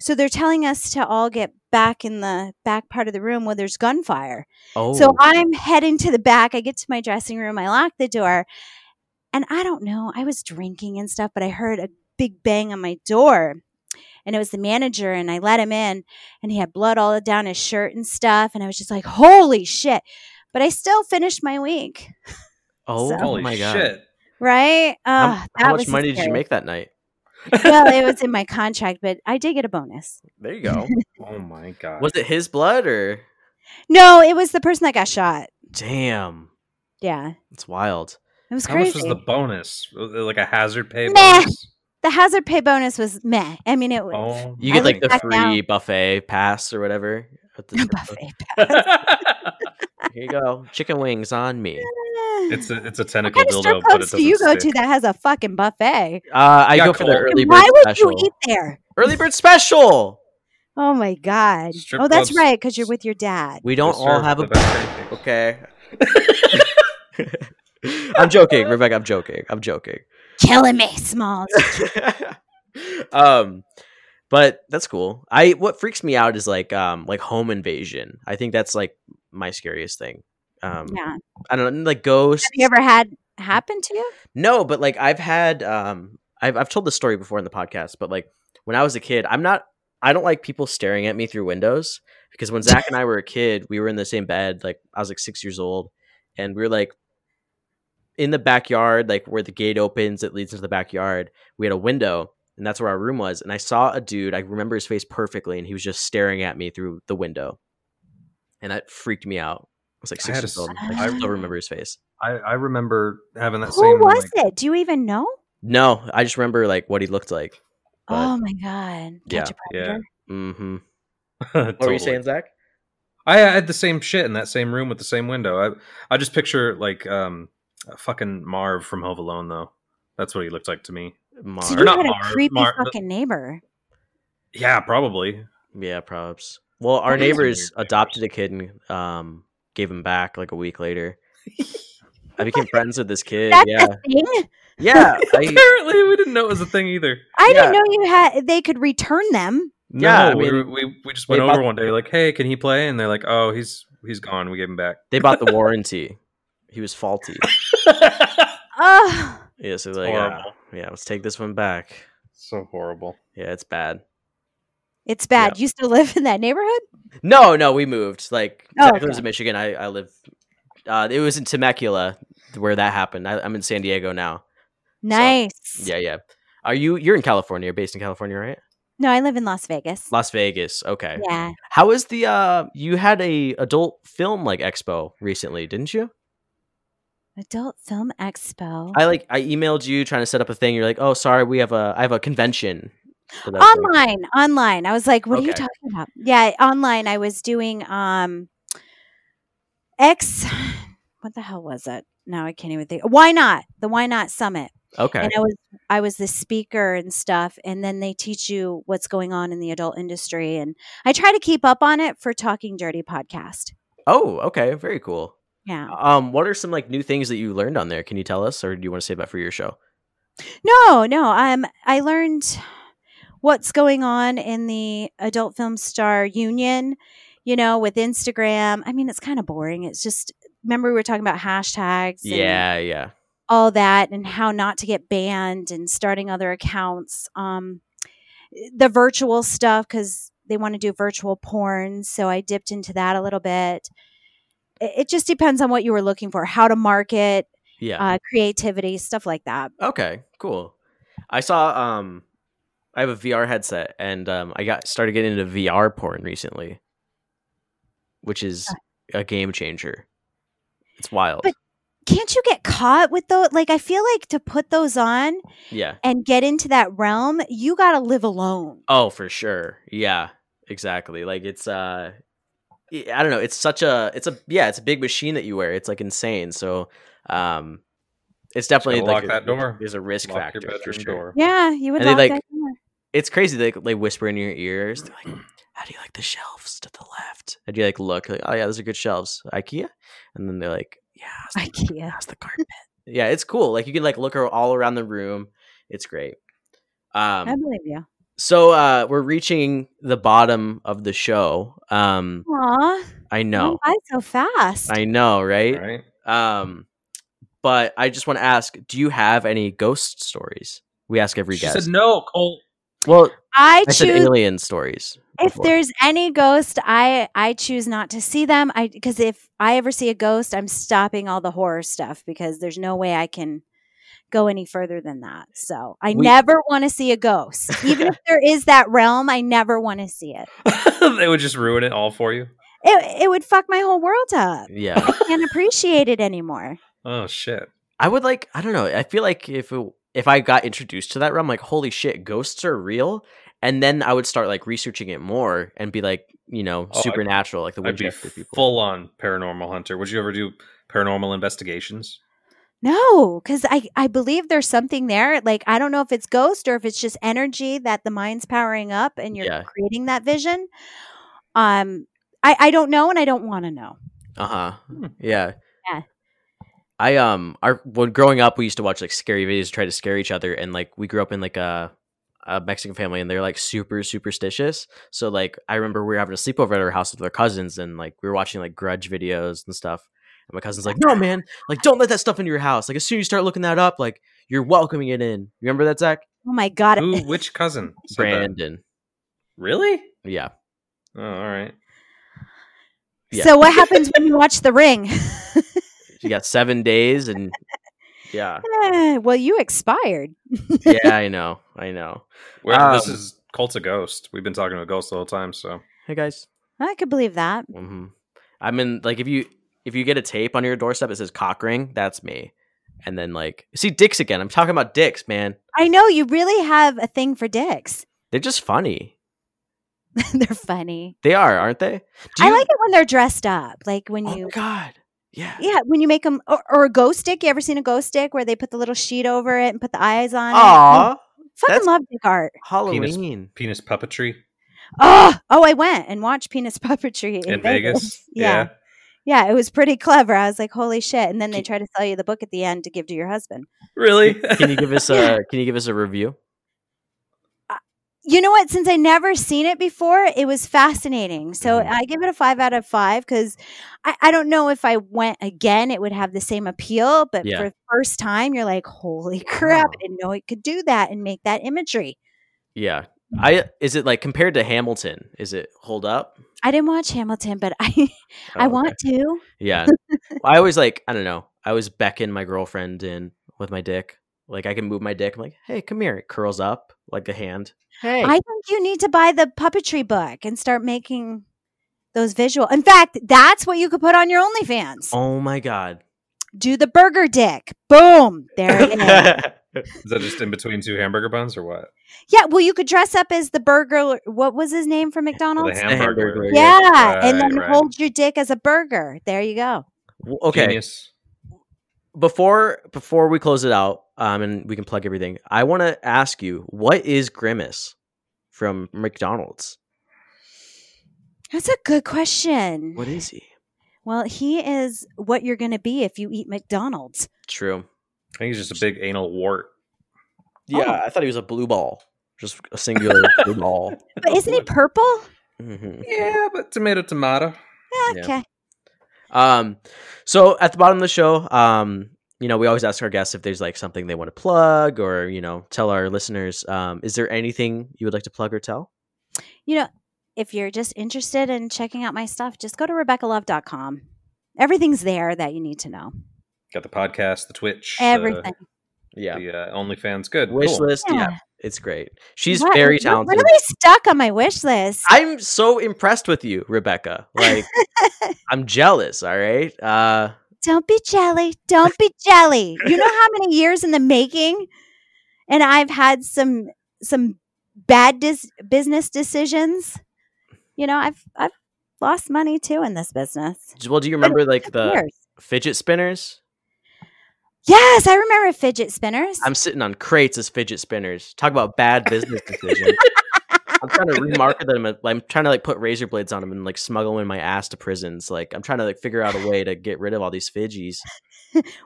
Speaker 3: So they're telling us to all get back in the back part of the room where there's gunfire.
Speaker 1: Oh.
Speaker 3: So I'm heading to the back. I get to my dressing room. I lock the door. And I don't know, I was drinking and stuff, but I heard a big bang on my door. And it was the manager, and I let him in, and he had blood all down his shirt and stuff. And I was just like, holy shit. But I still finished my week,
Speaker 1: oh
Speaker 3: so-
Speaker 2: Holy
Speaker 1: my god.
Speaker 2: shit!
Speaker 3: right?
Speaker 1: How, how
Speaker 3: Ugh, Ah, that
Speaker 1: much
Speaker 3: was
Speaker 1: money did you
Speaker 3: hysterical.
Speaker 1: make that night?
Speaker 3: well, it was in my contract, but I did get a bonus.
Speaker 1: There you
Speaker 3: [laughs]
Speaker 1: go.
Speaker 2: Oh my god!
Speaker 1: was it his blood or
Speaker 3: No, it was the person that got shot.
Speaker 1: damn.
Speaker 3: Yeah,
Speaker 1: It's wild.
Speaker 3: it was
Speaker 2: How
Speaker 3: crazy.
Speaker 2: much was the bonus? Was it Like a hazard pay
Speaker 3: Meh.
Speaker 2: bonus?
Speaker 3: The hazard pay bonus was meh. I mean, it was.
Speaker 2: Oh,
Speaker 1: You get
Speaker 3: I would
Speaker 1: like the
Speaker 3: back
Speaker 1: free
Speaker 3: down.
Speaker 1: buffet pass or whatever. at
Speaker 3: [laughs]
Speaker 1: the strip club.
Speaker 3: [laughs] buffet.
Speaker 1: Here you go. Chicken wings on me.
Speaker 2: [laughs]
Speaker 3: [laughs] Eh,
Speaker 2: it's a it's a
Speaker 3: what
Speaker 2: tentacle
Speaker 3: kind of strip
Speaker 2: dildo, but it
Speaker 3: clubs
Speaker 2: doesn't
Speaker 3: do you go to
Speaker 2: stick.
Speaker 3: that has a fucking buffet?
Speaker 1: Uh, I
Speaker 2: Yeah,
Speaker 1: go for the
Speaker 2: cool.
Speaker 1: early bird
Speaker 3: Why would
Speaker 1: special.
Speaker 3: you eat there?
Speaker 1: Early
Speaker 3: [laughs]
Speaker 1: bird special.
Speaker 3: Oh my god!
Speaker 2: Strip
Speaker 3: oh, that's
Speaker 2: clubs-
Speaker 3: right, because you're with your dad.
Speaker 1: We don't
Speaker 2: They
Speaker 1: all
Speaker 2: serve
Speaker 1: have a
Speaker 2: the best pancakes.
Speaker 1: Okay. [laughs] I'm joking, Rebecca. I'm joking. I'm joking. [laughs]
Speaker 3: Killing me, Smalls.
Speaker 2: [laughs]
Speaker 1: um, but that's cool. I what freaks me out is like um like home invasion. I think that's like my scariest thing. Um,
Speaker 3: yeah. Have
Speaker 1: I don't know, like ghosts.
Speaker 3: you ever had happen to you?
Speaker 1: No, but like I've had um I've I've told this story before in the podcast, but like when I was a kid, I'm not I don't like people staring at me through windows because when Zach and I were a kid, we were in the same bed, like I was like six years old, and we were like in the backyard, like where the gate opens, it leads into the backyard. We had a window, and that's where our room was. And I saw a dude, I remember his face perfectly, and he was just staring at me through the window. And that freaked me out. I was like
Speaker 2: I
Speaker 1: six
Speaker 2: had a
Speaker 1: years old.
Speaker 2: s-
Speaker 1: I
Speaker 2: [gasps]
Speaker 1: still
Speaker 3: I-
Speaker 1: remember his face.
Speaker 2: I, I remember having that same.
Speaker 3: Who was
Speaker 2: like,
Speaker 3: it? Do you even know?
Speaker 1: No, I just remember like what he looked like. but-
Speaker 3: oh my god!
Speaker 1: Yeah,
Speaker 3: Catch a
Speaker 2: yeah.
Speaker 3: predator.
Speaker 1: Mm-hmm. [laughs] What were
Speaker 2: Totally.
Speaker 1: you saying, Zach?
Speaker 2: I had the same shit in that same room with the same window. I I just picture like um fucking Marv from Home Alone though. That's what he looked like to me.
Speaker 1: Mar.
Speaker 3: So
Speaker 2: Or
Speaker 3: you
Speaker 2: not
Speaker 3: had a
Speaker 2: Marv,
Speaker 3: creepy
Speaker 2: Mar- eh,
Speaker 3: fucking neighbor.
Speaker 2: Yeah, probably.
Speaker 1: yeah, props. Well, our
Speaker 3: That is
Speaker 1: neighbors
Speaker 2: weird.
Speaker 1: adopted a kid and um, gave him back like a week
Speaker 3: [laughs]
Speaker 1: later. I became friends with this kid.
Speaker 3: That's
Speaker 1: yeah,
Speaker 3: a thing.
Speaker 1: yeah.
Speaker 3: [laughs]
Speaker 1: I,
Speaker 2: Apparently, we didn't know it was a thing [laughs] either.
Speaker 3: I
Speaker 1: Yeah.
Speaker 3: didn't know you had. They could return them.
Speaker 2: No,
Speaker 1: Yeah, I
Speaker 2: we,
Speaker 1: mean-
Speaker 2: we we just
Speaker 1: They
Speaker 2: went over
Speaker 1: bought-
Speaker 2: one day like, hey, can he play? And they're like, oh, he's he's gone. We gave
Speaker 1: [laughs]
Speaker 2: him back.
Speaker 1: they bought the warranty. He was faulty.
Speaker 3: Oh,
Speaker 1: Yeah, so like, yeah,
Speaker 2: horrible.
Speaker 1: yeah, let's take this one back.
Speaker 2: so horrible.
Speaker 1: Yeah, it's bad.
Speaker 3: it's bad. You still [laughs] live in that neighborhood?
Speaker 1: No, no, we moved. Like
Speaker 3: Oh,
Speaker 1: Zach lives
Speaker 3: okay.
Speaker 1: in Michigan. I, I live. Uh, it was in Temecula where that happened. I, I'm in San Diego now.
Speaker 3: Nice.
Speaker 1: Yeah, yeah. Are you? You're in California. You're based in California, right?
Speaker 3: No, I live in Las Vegas.
Speaker 1: Las Vegas. Okay.
Speaker 3: Yeah.
Speaker 1: How is the uh you had a adult film like expo recently, didn't you?
Speaker 3: Adult Film Expo.
Speaker 1: I like I emailed you trying to set up a thing. You're like, "Oh, sorry, we have a I have a convention." for that thing."
Speaker 3: online, online. I was like, what are you
Speaker 1: Okay.
Speaker 3: talking about? Yeah, online. I was doing um X what the hell was it? Now I can't even think. Why not? The Why Not Summit.
Speaker 1: Okay.
Speaker 3: And I was I was the speaker and stuff and then they teach you what's going on in the adult industry and I try to keep up on it for Talking Dirty podcast.
Speaker 1: Oh, okay. Very cool.
Speaker 3: Yeah.
Speaker 1: Um what are some like new things that you learned on there? Can you tell us or do you want to save that for your show?
Speaker 3: No, no. Um, I learned what's going on in the adult film star union, you know, with Instagram. I mean, it's kind of boring. It's just, remember, we were talking about hashtags. and
Speaker 1: Yeah, yeah.
Speaker 3: all that and how not to get banned and starting other accounts. Um, the virtual stuff because they want to do virtual porn, so I dipped into that a little bit. It, it just depends on what you were looking for, how to market,
Speaker 1: Yeah.
Speaker 3: uh, creativity, stuff like that.
Speaker 1: okay, cool. I saw um I have a VR headset and um I got started getting into VR porn recently, which is a game changer. It's wild.
Speaker 3: But- Can't you get caught with those? Like, I feel like to put those on
Speaker 1: yeah.
Speaker 3: and get into that realm, you got to live alone.
Speaker 1: Oh, for sure. Yeah, exactly. Like it's uh y- I don't know, it's such a it's a yeah, it's a big machine that you wear. It's like insane. So, um it's definitely
Speaker 2: gotta
Speaker 1: like
Speaker 2: lock
Speaker 1: a-
Speaker 2: that door.
Speaker 1: There's a risk
Speaker 2: Lock
Speaker 1: factor
Speaker 2: your
Speaker 1: for
Speaker 2: bedroom
Speaker 1: sure.
Speaker 2: door.
Speaker 3: Yeah, you would
Speaker 1: And they,
Speaker 3: lock
Speaker 1: like-
Speaker 3: that door.
Speaker 1: It's crazy. They they whisper in your ears. They're [clears throat] like, "How do you like the shelves to the left?" And you like look like, "Oh yeah, those are good shelves." IKEA, and then they're like, "Yeah, how's [laughs] the,
Speaker 3: [laughs] IKEA.
Speaker 1: how's the carpet?" yeah, it's cool. Like you can like look ar- all around the room. It's great. Um,
Speaker 3: I believe you.
Speaker 1: so uh, we're reaching the bottom of the show. Um,
Speaker 3: Aw,
Speaker 1: I
Speaker 3: no.
Speaker 1: know,
Speaker 3: by so fast.
Speaker 1: I know,
Speaker 2: All
Speaker 1: right?
Speaker 2: right.
Speaker 1: Um, but I just want to ask: Do you have any ghost stories? We ask every
Speaker 2: She
Speaker 1: guest.
Speaker 2: said no, Cole.
Speaker 1: well,
Speaker 3: I,
Speaker 1: I said
Speaker 3: choose
Speaker 1: alien stories.
Speaker 3: if
Speaker 1: before.
Speaker 3: there's any ghost, I I choose not to see them. I because if I ever see a ghost, I'm stopping all the horror stuff because there's no way I can go any further than that. So I
Speaker 1: We-
Speaker 3: never want to see a ghost,
Speaker 1: [laughs]
Speaker 3: even if there is that realm. I never want to see it.
Speaker 2: [laughs] they would just ruin it all for you.
Speaker 3: It it would fuck my whole world up.
Speaker 1: yeah.
Speaker 3: I can't appreciate it anymore.
Speaker 2: Oh shit.
Speaker 1: I would like. I don't know. I feel like if it, if I got introduced to that realm, like holy shit, ghosts are real, and then I would start like researching it more and be like, you know,
Speaker 2: Oh, I-
Speaker 1: supernatural, like the
Speaker 2: I'd be
Speaker 1: Winchester people.
Speaker 2: full on paranormal hunter. Would you ever do paranormal investigations?
Speaker 3: No, because I, I believe there's something there. Like, I don't know if it's ghost or if it's just energy that the mind's powering up and you're
Speaker 1: Yeah.
Speaker 3: creating that vision. Um, I, I don't know and I don't want to know.
Speaker 1: Uh huh.
Speaker 2: Hmm.
Speaker 1: Yeah.
Speaker 3: Yeah.
Speaker 1: I um, our when growing up, we used to watch like scary videos, try to scare each other, and like we grew up in like a a Mexican family, and they're like super superstitious. So like I remember we were having a sleepover at our house with our cousins, and like we were watching like grudge videos and stuff. And my cousin's like, "No, man, like don't let that stuff into your house. Like as soon as you start looking that up, like you're welcoming it in." You remember that, Zach?
Speaker 3: Oh my God.
Speaker 2: Who? Which cousin? said that?
Speaker 1: Brandon.
Speaker 2: Really?
Speaker 1: Yeah.
Speaker 2: Oh, all right.
Speaker 1: yeah.
Speaker 3: So, what happens when you watch The Ring? [laughs]
Speaker 1: She got seven days, and yeah,
Speaker 3: Eh, well, you expired.
Speaker 1: yeah, I know, I know.
Speaker 2: We're, this
Speaker 1: Um,
Speaker 2: is Cult's a ghost. We've been talking to a ghost the whole time. So
Speaker 1: Hey guys.
Speaker 3: I could believe that.
Speaker 1: hmm I mean, like if you if you get a tape on your doorstep that says cock ring, that's me. And then like see dicks again. I'm talking about dicks, man.
Speaker 3: I know you really have a thing for dicks. [laughs]
Speaker 1: They're just funny.
Speaker 3: they're funny.
Speaker 1: They are, aren't they? Do
Speaker 3: I
Speaker 1: you-
Speaker 3: like it when they're dressed up. Like when
Speaker 1: Oh
Speaker 3: you
Speaker 1: my god. Yeah.
Speaker 3: Yeah, when you make them or, or a ghost stick. You ever seen a ghost stick where they put the little sheet over it and put the eyes on it?
Speaker 1: Aw.
Speaker 3: fucking
Speaker 1: that's-
Speaker 3: love dick art.
Speaker 1: Halloween.
Speaker 2: penis puppetry
Speaker 3: Oh, oh, I went and watched penis [laughs] puppetry in,
Speaker 2: in Vegas.
Speaker 3: Yeah. yeah, it was pretty clever. I was like, holy shit! And then they try to sell you the book at the end to give to your husband.
Speaker 2: Really?
Speaker 1: Can you give us
Speaker 3: Yeah. [laughs]
Speaker 1: a can you give us a review?
Speaker 3: You know what? Since I never seen it before, it was fascinating. So
Speaker 1: Mhm.
Speaker 3: I give it a five out of five because I, I don't know if I went again, it would have the same appeal. But
Speaker 1: Yeah.
Speaker 3: for the first time, you're like, holy crap!
Speaker 1: Wow.
Speaker 3: I didn't know it could do that and make that imagery.
Speaker 1: Yeah. I is it like compared to Hamilton? Is it hold up?
Speaker 3: I didn't watch Hamilton, but I
Speaker 1: Oh,
Speaker 3: [laughs] I
Speaker 1: okay.
Speaker 3: want to.
Speaker 1: Yeah. I always like, I don't know. I always beckon my girlfriend in with my dick. Like I can move my dick. I'm like, hey, come here. It curls up like a hand. Hey.
Speaker 3: I think you need to buy the puppetry book and start making those visual. In fact, that's what you could put on your OnlyFans.
Speaker 1: oh my God.
Speaker 3: Do the burger dick. Boom. [laughs] There it
Speaker 1: [laughs]
Speaker 3: is.
Speaker 1: yeah,
Speaker 2: Is that just in between two hamburger buns or what?
Speaker 3: yeah, well, you could dress up as the burger. What was his name from
Speaker 2: The
Speaker 3: McDonald's?
Speaker 2: hamburger.
Speaker 1: hamburger.
Speaker 3: yeah,
Speaker 2: Right,
Speaker 3: and then
Speaker 2: right.
Speaker 3: hold your dick as a burger. There you go.
Speaker 1: Well, okay.
Speaker 2: Genius.
Speaker 1: Before before we close it out, um, and we can plug everything, I want to ask you, what is Grimace from McDonald's?
Speaker 3: That's a good question.
Speaker 1: What is he?
Speaker 3: Well, he is what you're going to be if you eat McDonald's.
Speaker 1: True.
Speaker 2: I think he's just a big anal wart.
Speaker 1: Oh. Yeah, I thought he was a blue ball. Just a singular [laughs] ball.
Speaker 3: But isn't he purple?
Speaker 1: Mhm.
Speaker 2: Yeah, but tomato, tomato.
Speaker 3: Yeah,
Speaker 1: Yeah.
Speaker 3: Okay.
Speaker 1: Um, so at the bottom of the show, um, you know, we always ask our guests if there's like something they want to plug or you know tell our listeners. Um, is there anything you would like to plug or tell?
Speaker 3: You know, if you're just interested in checking out my stuff, just go to RebeccaLove.com. Everything's there that you need to know.
Speaker 2: Got the podcast, the Twitch, the-
Speaker 3: Everything.
Speaker 1: Yeah,
Speaker 2: the uh, OnlyFans. Good.
Speaker 1: wish
Speaker 2: cool.
Speaker 1: list. Yeah. it's great. She's very talented.
Speaker 3: Literally stuck on my wish list.
Speaker 1: I'm so impressed with you, Rebecca. Like, I'm jealous. All right. Uh,
Speaker 3: Don't be jelly. Don't be jelly. You know how many years in the making, and I've had some some bad dis- business decisions. You know, I've I've lost money too in this business.
Speaker 1: well, do you remember like
Speaker 3: Of
Speaker 1: the
Speaker 3: course.
Speaker 1: fidget spinners?
Speaker 3: yes, I remember fidget spinners.
Speaker 1: I'm sitting on crates as fidget spinners. Talk about bad business decisions. I'm trying to remarket them. I'm trying to like put razor blades on them and like smuggle them in my ass to prisons. Like I'm trying to like figure out a way to get rid of all these fidgies.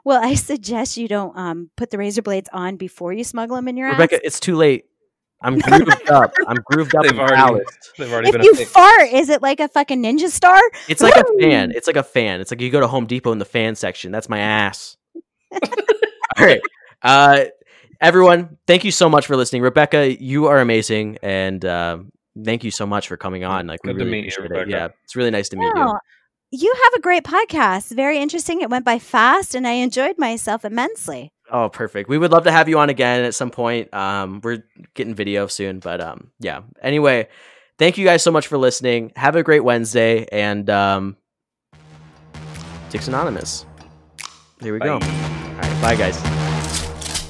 Speaker 3: well, I suggest you don't um, put the razor blades on before you smuggle them in your
Speaker 1: Rebecca,
Speaker 3: ass.
Speaker 1: it's too late.
Speaker 3: [laughs]
Speaker 1: I'm grooved up. I'm grooved up.
Speaker 2: They've
Speaker 1: and
Speaker 2: already-
Speaker 1: balanced.
Speaker 2: They've already
Speaker 3: If
Speaker 2: been
Speaker 3: you
Speaker 2: a thing.
Speaker 3: fart, is it like a fucking ninja star?
Speaker 1: It's like a
Speaker 3: Woo!
Speaker 1: fan. It's like a fan. It's like you go to Home Depot in the fan section. That's my ass. All right. Uh, everyone, thank you so much for listening. Rebecca, you are amazing. And um thank you so much for coming on. Like, we
Speaker 2: Good to
Speaker 1: really
Speaker 2: meet you,
Speaker 1: appreciate it.
Speaker 2: Rebecca.
Speaker 1: Yeah, it's really nice to meet you.
Speaker 3: No, you have a great podcast. Very interesting. It went by fast, and I enjoyed myself immensely.
Speaker 1: Oh, perfect. We would love to have you on again at some point. Um, we're getting video soon, but um, yeah. Anyway, thank you guys so much for listening. Have a great Wednesday, and um, Dix Anonymous. There we go.
Speaker 2: Bye.
Speaker 1: All right, bye guys.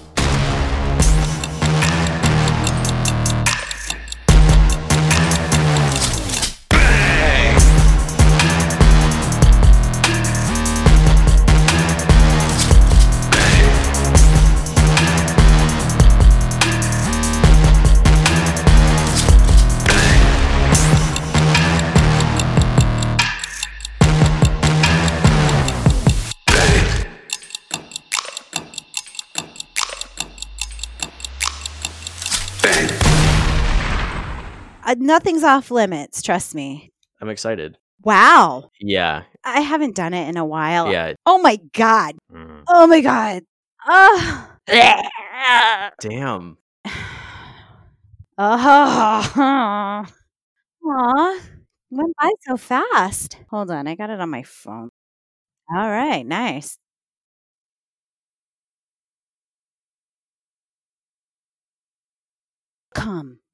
Speaker 3: Uh, nothing's off limits. Trust me.
Speaker 1: I'm excited.
Speaker 3: Wow.
Speaker 1: Yeah,
Speaker 3: I haven't done it in a while.
Speaker 1: yeah.
Speaker 3: Oh my God.
Speaker 2: Mm.
Speaker 3: Oh my God. Oh.
Speaker 2: [laughs]
Speaker 1: Damn.
Speaker 3: [sighs] Oh. Aw. Went by so fast. Hold on. I got it on my phone. All right. Nice. Come.